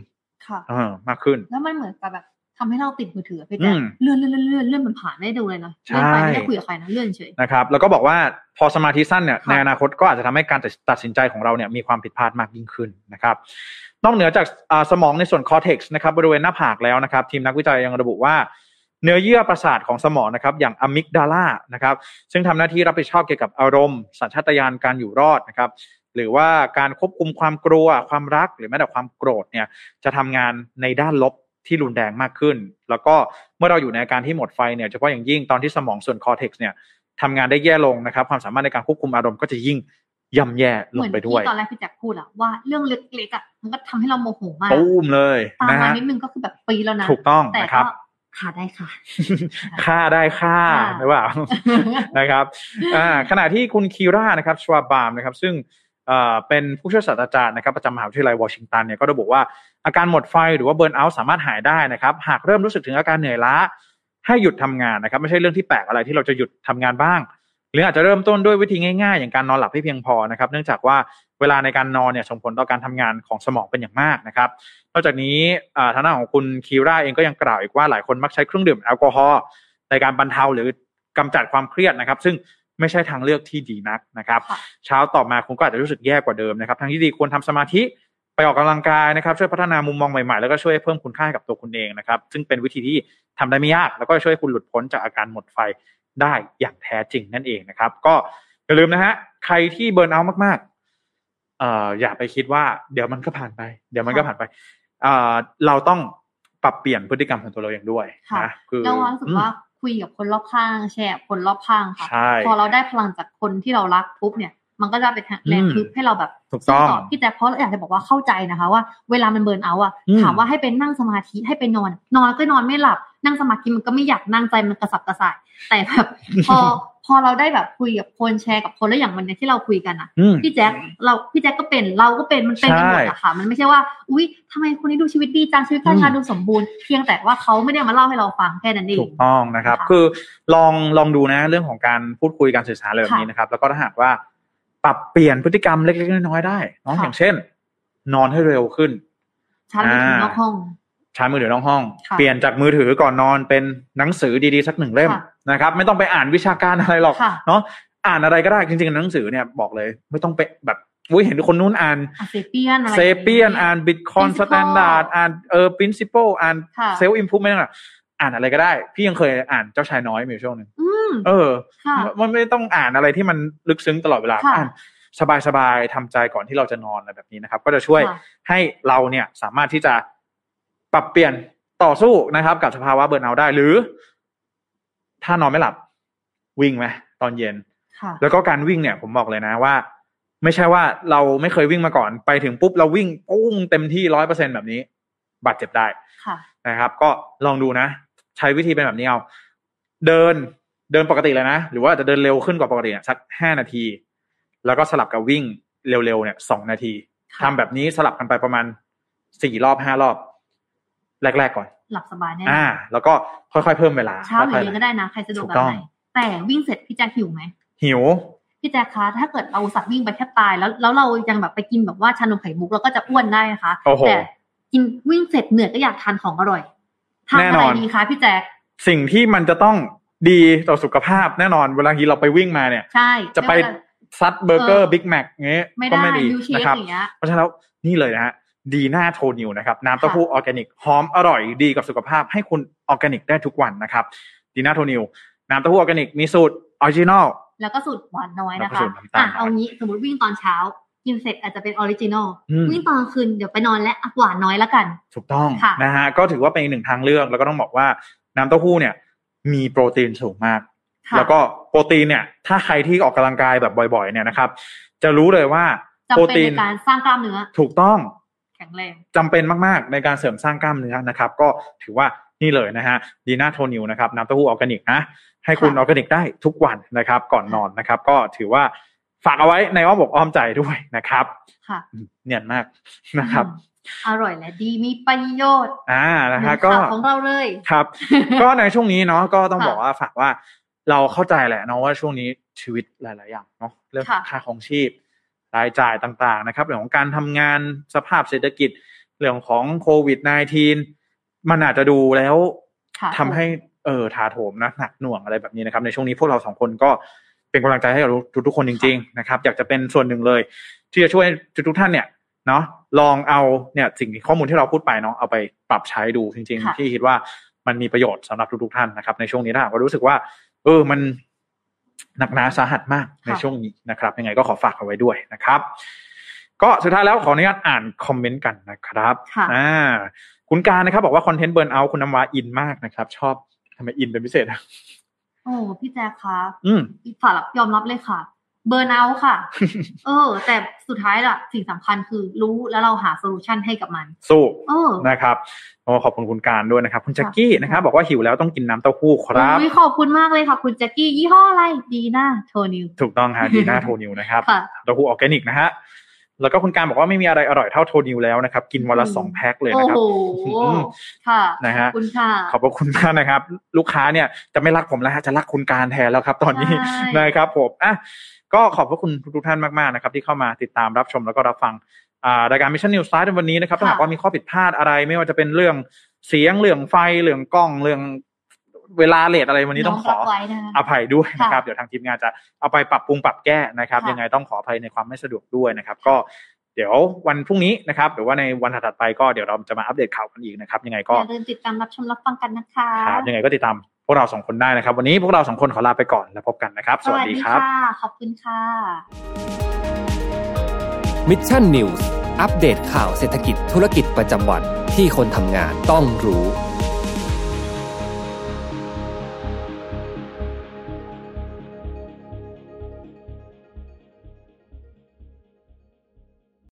Speaker 3: ค่ะ
Speaker 2: เออมากขึ้น
Speaker 3: แล้วมันเหมือนกับแบบทำให้เราติดมือถืออะพี่
Speaker 2: อื
Speaker 3: แจ๊ค
Speaker 2: ม
Speaker 3: เลื่อนเลื่อนเลื่อนเลื่อนเลื่อนมันผ่านไม่ได้ดูเลยนะเลื่อนไป
Speaker 2: ใช่
Speaker 3: ไม่ได้คุยกับใครนะเลื่อนเฉย
Speaker 2: นะครับ แล้วก็บอกว่าพอสมาธิสั้นเนี่ย
Speaker 3: ค่ะ
Speaker 2: ในอนาคตก็อาจจะทำให้การตัดตัดสินใจของเราเนี่ยมีความผิดพลาดมากยิ่งขึ้นนะครับ นอกเหนือจากอ่าสมองในส่วนคอเท็กซ์นะครับบริเวณหน้าผากแล้วนะครับ ทีมนักวิจัยยังระบุว่า เนื้อเยื่อประสาทของสมองนะครับ อย่างอะมิกดาลานะครับ ซึ่งทำหน้าที่รับผิดชอบเกี่ยวกับอารมณ์ สัญชาตญาณการอยู่รอดนะครับ หรือว่าการควบคุมความกลัว ความรักหรือแม้แต่ความโกรธเนี่ย จะทำงานในด้านลบที่รุนแรงมากขึ้น แล้วก็เมื่อเราอยู่ในอาการที่หมดไฟเนี่ยเฉพาะอย่างยิ่งตอนที่สมองส่วนคอเท็กซ์เนี่ยทำงานได้แย่ลงนะครับ ความสามารถในการควบคุมอารมณ์ก็จะยิ่งย่ำแย่ล
Speaker 3: เหมื
Speaker 2: ง
Speaker 3: อน
Speaker 2: ไป
Speaker 3: ที่
Speaker 2: ด้วย
Speaker 3: ตอนแรกพี่แจ็คพูดอะว่าเรื่องเล็กๆอะมันก็ทำให้เราโมโหมาก
Speaker 2: ตูมเลย
Speaker 3: ตาม
Speaker 2: นะ
Speaker 3: มา
Speaker 2: ฮะ
Speaker 3: นิดนึงก็คือแบบปีแล้วนะ
Speaker 2: ถูกต้อง
Speaker 3: แต่
Speaker 2: นะค
Speaker 3: ก็
Speaker 2: รับ
Speaker 3: ขาดได้ค่ะ
Speaker 2: ค่าได้ค่า
Speaker 3: ค่ะ
Speaker 2: หรือเปล่า [LAUGHS] นะครับอ่าขณะที่คุณคีรานะครับชวาบามนะครับ ซึ่งเอ่อเป็นผู้ช่วยศาสตราจารย์นะครับประจำมหาวิทยาลัยวอชิงตันเนี่ยก็ระบุว่าอาการหมดไฟหรือว่าเบิร์นเอาท์สามารถหายได้นะครับ หากเริ่มรู้สึกถึงอาการเหนื่อยล้า ให้หยุดทำงานนะครับ ไม่ใช่เรื่องที่แปลกอะไรที่เราจะหยุดทำงานบ้าง หรืออาจจะเริ่มต้นด้วยวิธีง่ายๆ อย่างการนอนหลับให้เพียงพอนะครับ เนื่องจากว่าเวลาในการนอนเนี่ยส่งผลต่อการทำงานของสมองเป็นอย่างมากนะครับ นอกจากนี้อ่าทางด้านของคุณคีราเองก็ยังกล่าวอีกว่าหลายคนมักใช้เครื่องดื่มแอลกอฮอล์ในการบรรเทาหรือกำจัดความเครียดนะครับ ซึ่งไม่ใช่ทางเลือกที่ดีนักนะครับ
Speaker 3: ค่ะ
Speaker 2: เช้าต่อมาคุณก็อาจจะรู้สึกแย่กว่าเดิมนะครับทางที่ดีควรทำสมาธิไปออกกำลังกายนะครับ ช่วยพัฒนามุมมองใหม่ๆ แล้วก็ช่วยเพิ่มคุณค่าให้กับตัวคุณเองนะครับ ซึ่งเป็นวิธีที่ทำได้ไม่ยาก แล้วก็ช่วยคุณหลุดพ้นจากอาการหมดไฟได้อย่างแท้จริงนั่นเองนะครับ ก็อย่าลืมนะฮะใครที่เบิร์นเอาท์มากๆเอ่ออย่าไปคิดว่าเดี๋ยวมันก็ผ่านไป เดี๋ยวมันก็ผ่านไปเอ่อเราต้องปรับเปลี่ยนพฤติกรรมของตัวเราเองด้วย
Speaker 3: ค่ะ
Speaker 2: นะคือ
Speaker 3: เรารู้สึกว่าคุยกับคนรอบข้างแชร์กับคนรอบข้างค่ะ
Speaker 2: ใช่
Speaker 3: พอเราได้พลังจากคนที่เรารักปุ๊บเนี่ย มันก็จะเป็นแรง
Speaker 2: อืม
Speaker 3: ฮึบให้เราแบบ
Speaker 2: ถูกต้อง
Speaker 3: สู้พี่แต่เพราะเราอยากจะบอกว่าเข้าใจนะคะ ว่าเวลามันเบิร์นเอาท์อะ
Speaker 2: อืม
Speaker 3: ถามว่าให้เป็นนั่งสมาธิให้ไปนอน นอนก็นอนไม่หลับ นั่งสมาธิมันก็ไม่อยากนั่งใจมันกระสับกระส่าย แต่แบบ [LAUGHS] พอ พอเราได้แบบคุยกับคนแชร์กับคนแล้วอย่างวันเนี้ยที่เราคุยกันอะ
Speaker 2: อืม
Speaker 3: พี่แจ๊คเราพี่แจ๊คก็เป็นเราก็เป็นมันเป็นกันหมดอะค่ะ มันไม่ใช่ว่า อุ๊ยทำไมคนนี้ดูชีวิตดีจังชีวิตการงาน
Speaker 2: อืม
Speaker 3: ดูสมบูรณ์เพียงแต่ว่าเขาไม่ได้มาเล่าให้เราฟังแค่นั้นเอง
Speaker 2: ถูกต้องนะครับ
Speaker 3: ค่ะ
Speaker 2: คือลองลองดูนะเรื่องของการพูดคุยการสื่อสารอะไรแบบนี้นะครับ แล้วก็ถ้าหากว่า ปรับเปลี่ยนพฤติกรรมเล็กๆน้อยๆได้เน้อง
Speaker 3: ค่ะ
Speaker 2: อย่างเช่น นอนให้เร็วขึ้น
Speaker 3: ชาร์จมือถือ
Speaker 2: อ่าน น
Speaker 3: อกห้อง
Speaker 2: ใช้มือถือนอกห้อง
Speaker 3: ค่ะ
Speaker 2: เปลี่ยนจากมือถือก่อนนอนเป็นหนังสือดีๆสักหนึ่งเล่ม
Speaker 3: ค่ะ
Speaker 2: นะครับ ไม่ต้องไปอ่านวิชาการอะไรหรอก
Speaker 3: ค่ะ
Speaker 2: เนาะอ่านอะไรก็ได้จริงๆหนังสือเนี่ยบอกเลย ไม่ต้องไปแบบอุ้ยเห็นคนนู้นอ่าน
Speaker 3: อ่ะเซเปียนอะไร
Speaker 2: เซเปียนอ่านบิตคอนส
Speaker 3: Principle
Speaker 2: แตนดาร์ดอ่านเออปรินซิปอ่าน
Speaker 3: ค่ะ
Speaker 2: เซลล์อิมพูเมนต์อ่านอะไรก็ได้ พี่ยังเคยอ่านเจ้าชายน้อยมีอยู่ช่วงหนึ่ง
Speaker 3: อืม
Speaker 2: เออ
Speaker 3: ค่ะ
Speaker 2: มันไม่ต้องอ่านอะไรที่มันลึกซึ้งตลอดเวลา
Speaker 3: ค่ะ
Speaker 2: อ่านสบายๆทำใจก่อนที่เราจะนอนอะไรแบบนี้นะครับ ก็จะช่วย
Speaker 3: ค่ะ
Speaker 2: ให้เราเนี่ยสามารถที่จะปรับเปลี่ยนต่อสู้นะครับ กับสภาวะเบิร์นเอาท์ได้หรือ ถ้านอนไม่หลับ วิ่งไหมตอนเย็น
Speaker 3: ค่ะ
Speaker 2: แล้วก็การวิ่งเนี่ยผมบอกเลยนะว่า ไม่ใช่ว่าเราไม่เคยวิ่งมาก่อนไปถึงปุ๊บเราวิ่งปุ้งเต็มที่ร้อยเปอร์เซ็นแบบนี้ บาดเจ็บได้
Speaker 3: ค่ะ
Speaker 2: นะครับ ก็ลองดูนะ ใช้วิธีเป็นแบบนี้เอา เดินเดินปกติเลยนะ หรือว่าอาจจะเดินเร็วขึ้นกว่าปกติเนี่ยสักห้านาที แล้วก็สลับกับวิ่งเร็วๆเนี่ยสองนาที
Speaker 3: ค่ะ
Speaker 2: ทำแบบนี้สลับกันไปประมาณสี่รอบห้ารอบ แรก ๆ ก่อน
Speaker 3: หลับสบายแน่
Speaker 2: อ่า แล้วก็ค่อยๆเพิ่มเวลา
Speaker 3: เช้าหรือ
Speaker 2: ค่ยๆ
Speaker 3: เย็นก็ได้นะ ใครสะดวก
Speaker 2: ถู
Speaker 3: แบ
Speaker 2: กต้
Speaker 3: บ
Speaker 2: อง
Speaker 3: ไหนแต่วิ่งเสร็จพี่แจ๊คหิวไหม
Speaker 2: หิว
Speaker 3: พี่แจ๊คคะถ้าเกิดเราสัตว์วิ่งไปแทบตายแล้วแล้วเรายังแบบไปกินแบบว่าชานมไข่มุกเราก็จะอ้วนได้นะคะ
Speaker 2: โอ้โห
Speaker 3: แต่กินวิ่งเสร็จเหนื่อยก็อยากทานของอร่อยทาน
Speaker 2: แน่
Speaker 3: อะ
Speaker 2: น
Speaker 3: ไร
Speaker 2: อน
Speaker 3: ดีคะพี่แจ๊ค
Speaker 2: สิ่งที่มันจะต้องดีต่อสุขภาพแน่นอน เวลาที่เราไปวิ่งมาเนี่ย
Speaker 3: ใช่
Speaker 2: จะไป
Speaker 3: ม่ว่า
Speaker 2: ซัดเบอร์เกอร์บิ๊กแม็กเงี้ย
Speaker 3: ไม่
Speaker 2: ก็
Speaker 3: ได้
Speaker 2: ไม่ดี
Speaker 3: มิวเชค
Speaker 2: นะครับ
Speaker 3: อย่างเงี้ย
Speaker 2: เพราะฉะนั้นแล้วนี่เลยนะฮะดีหน้าโทนิวนะครับ น้ำเต้าหู้ออร์แกนิกหอมอร่อยดีกับสุขภาพให้คุณออร์แกนิกได้ทุกวันนะครับดีหน้าโทนิวน้ำเต้าหู้ออร์แกนิกมีสูตรออริจินอล
Speaker 3: แล้วก็สูตรหวานน้อยนะ
Speaker 2: แล้วก็
Speaker 3: คะ
Speaker 2: สูตรน้ำตาล
Speaker 3: อ่ะเอางี้สมมติวิ่งตอนเช้า กินเสร็จอาจจะเป็นออริจินอล
Speaker 2: อืม
Speaker 3: วิ่งตอนกลางคืนเดี๋ยวไปนอนและอ่ะหวานน้อยละกัน
Speaker 2: ถูกต้อง
Speaker 3: ค่ะ
Speaker 2: นะฮะก็ถือว่าเป็นอีกหนึ่งทางเลือก แล้วก็ต้องบอกว่าน้ำเต้าหู้เนี่ย มีโปรตีนสูงมาก
Speaker 3: ค่ะ
Speaker 2: แล้วก็โปรตีนเนี่ย ถ้าใครที่ออกกำลังกายแบบบ่อยๆเนี่ยนะครับ จะรู้เลยว่า
Speaker 3: จำ
Speaker 2: โปร
Speaker 3: เป็น
Speaker 2: ตีน
Speaker 3: ในการสร้างกล้ามเนื้อ
Speaker 2: ถูกต้อง
Speaker 3: แข็งแรง
Speaker 2: จำเป็นมาก ๆ ในการเสริมสร้างกล้ามเนื้อนะครับ ก็ถือว่านี่เลยนะฮะดีน่าโทนิวนะครับน้ำเต้าหู้ออร์แกนิกนะให้คุณอ
Speaker 3: ค่ะ
Speaker 2: อร์แกนิกได้ทุกวันนะครับ ก่อนนอนนะครับ ก็ถือว่าฝากเอาไว้ในอ้อมอกอ้อมใจด้วยนะครับ
Speaker 3: ค่ะ
Speaker 2: อืมเนียนมากนะครับ
Speaker 3: อืมอร่อยและดีมีประโยชน์
Speaker 2: อ่านะฮะ
Speaker 3: เหมือ
Speaker 2: ก็
Speaker 3: ข่าวของเราเลย
Speaker 2: ครับ
Speaker 3: [LAUGHS]
Speaker 2: ก็ในช่วงนี้เนาะก็ต้อง
Speaker 3: ค่ะ
Speaker 2: บอกว่าฝากว่าเราเข้าใจแหละเนาะว่าช่วงนี้ชีวิตหลาย ๆ อย่างเนาะเรื่อง
Speaker 3: ค่ะ
Speaker 2: ค่าของชีพรายจ่ายต่าง ๆ นะครับเรื่องของการทำงานสภาพเศรษฐกิจเรื่องของโควิด -19 มันอาจจะดูแล้ว
Speaker 3: ค่ะ
Speaker 2: ทำให้เออถาโถมนะหนักหน่วงอะไรแบบนี้นะครับ ในช่วงนี้พวกเราสองคนก็เป็นกำลังใจให้กับทุกๆคนจริง ๆ นะครับ อยากจะเป็นส่วนหนึ่งเลย ที่จะช่วยทุกๆท่านเนี่ย เนาะลองเอาเนี่ยสิ่งที่ข้อมูลที่เราพูดไปเนาะเอาไปปรับใช้ดูจริง
Speaker 3: ค่ะ
Speaker 2: ๆที่คิดว่ามันมีประโยชน์สำหรับทุกๆท่านนะครับ ในช่วงนี้ถ้าหากว่ารู้สึกว่า เออมันหนักหนาสาหัสมากในช่วงนี้นะครับ ยังไงก็ขอฝากเอาไว้ด้วยนะครับ ก็สุดท้ายแล้วขออนุญาตอ่านคอมเมนต์กันนะครับ
Speaker 3: ค่ะ
Speaker 2: อ่าคุณการนะครับ บอกว่าคอนเทนต์เบิร์นเอาคุณน้ำว้าอินมากนะครับ ชอบทำไมอินเป็นพิเศษอะ [LAUGHS]
Speaker 3: โอ้พี่แจ๊คคะ
Speaker 2: อืม
Speaker 3: สารบยอมรับเลยค่ะ เบอร์นเอา
Speaker 2: [LAUGHS]
Speaker 3: ค่ะ เออ แต่สุดท้ายล่ะ สิ่งสำคัญคือรู้แล้วเราหาโซลูชันให้กับมัน
Speaker 2: สู้
Speaker 3: เออ
Speaker 2: นะครับโอ้ขอบคุณคุณการด้วยนะครับ คุณแจ็คกี้นะครับ บอกว่าหิวแล้วต้องกินน้ำเต้าหู้ครับ
Speaker 3: อุ๊ยขอบคุณมากเลยค่ะ คุณแจ็คกี้ยี่ห้ออะไรดีนะโทนิว [LAUGHS]
Speaker 2: ถูกต้องฮะดีหน้าโทนิวนะครับ
Speaker 3: ค่ะ
Speaker 2: เต้าหู้ออร์แกนิกนะฮะ แล้วก็คุณการบอกว่าไม่มีอะไรอร่อยเท่าโทนิวแล้วนะครับ กินวันละสองแพ็คเลย
Speaker 3: โอ้
Speaker 2: นะครับ
Speaker 3: โห
Speaker 2: อืม
Speaker 3: ค่ะ
Speaker 2: นะฮะ
Speaker 3: ขอบคุณค่ะ
Speaker 2: ขอบพระคุณมากนะครับ ลูกค้าเนี่ยจะไม่รักผมแล้วฮะจะรักคุณการแทนแล้วครับ ตอนนี้
Speaker 3: ใช่
Speaker 2: นะครับผมอ่ะก็ขอบพระคุณทุกๆท่านมากๆนะครับที่เข้ามาติดตามรับชมแล้วก็รับฟังอ่ารายการ Mission News Start ในวันนี้นะครับ
Speaker 3: ค่ะ
Speaker 2: ถ้าหากว่ามีข้อผิดพลาดอะไร ไม่ว่าจะเป็นเรื่องเสียงเรื่องไฟเรื่องกล้องเรื่องเวลาเลทอะไรวันนี้ต้องขอ
Speaker 3: น้องรับไว้นะคะ
Speaker 2: อภัยด้วยนะครับ
Speaker 3: ค่ะ
Speaker 2: เดี๋ยวทางทีมงานจะเอาไปปรับปรุงปรับแก้นะครับ
Speaker 3: ค่ะ
Speaker 2: ยังไงต้องขออภัยในความไม่สะดวกด้วยนะครับ ก็เดี๋ยววันพรุ่งนี้นะครับ หรือว่าในวันถัดๆไปก็เดี๋ยวเราจะมาอัปเดตข่าวกันอีกนะครับยังไง
Speaker 3: อ
Speaker 2: ก็
Speaker 3: ย่าลืมติดตามรับชมรับฟังกันนะคะ
Speaker 2: ครับยังไงก็ติดตามพวกเราสองคนได้นะครับ วันนี้พวกเราสองคนขอลาไปก่อนแล้วพบกันนะครับ ส
Speaker 3: ส
Speaker 2: วั
Speaker 3: วั
Speaker 2: ส
Speaker 3: ส
Speaker 2: ดี
Speaker 3: ดี
Speaker 2: ครับ
Speaker 3: ค่ะ ขอบคุณค่ะ
Speaker 1: มิชชั่นนิวส์อัปเดตข่าวเศรษฐกิจธุรกิจประจำวันที่คนทำงานต้องรู้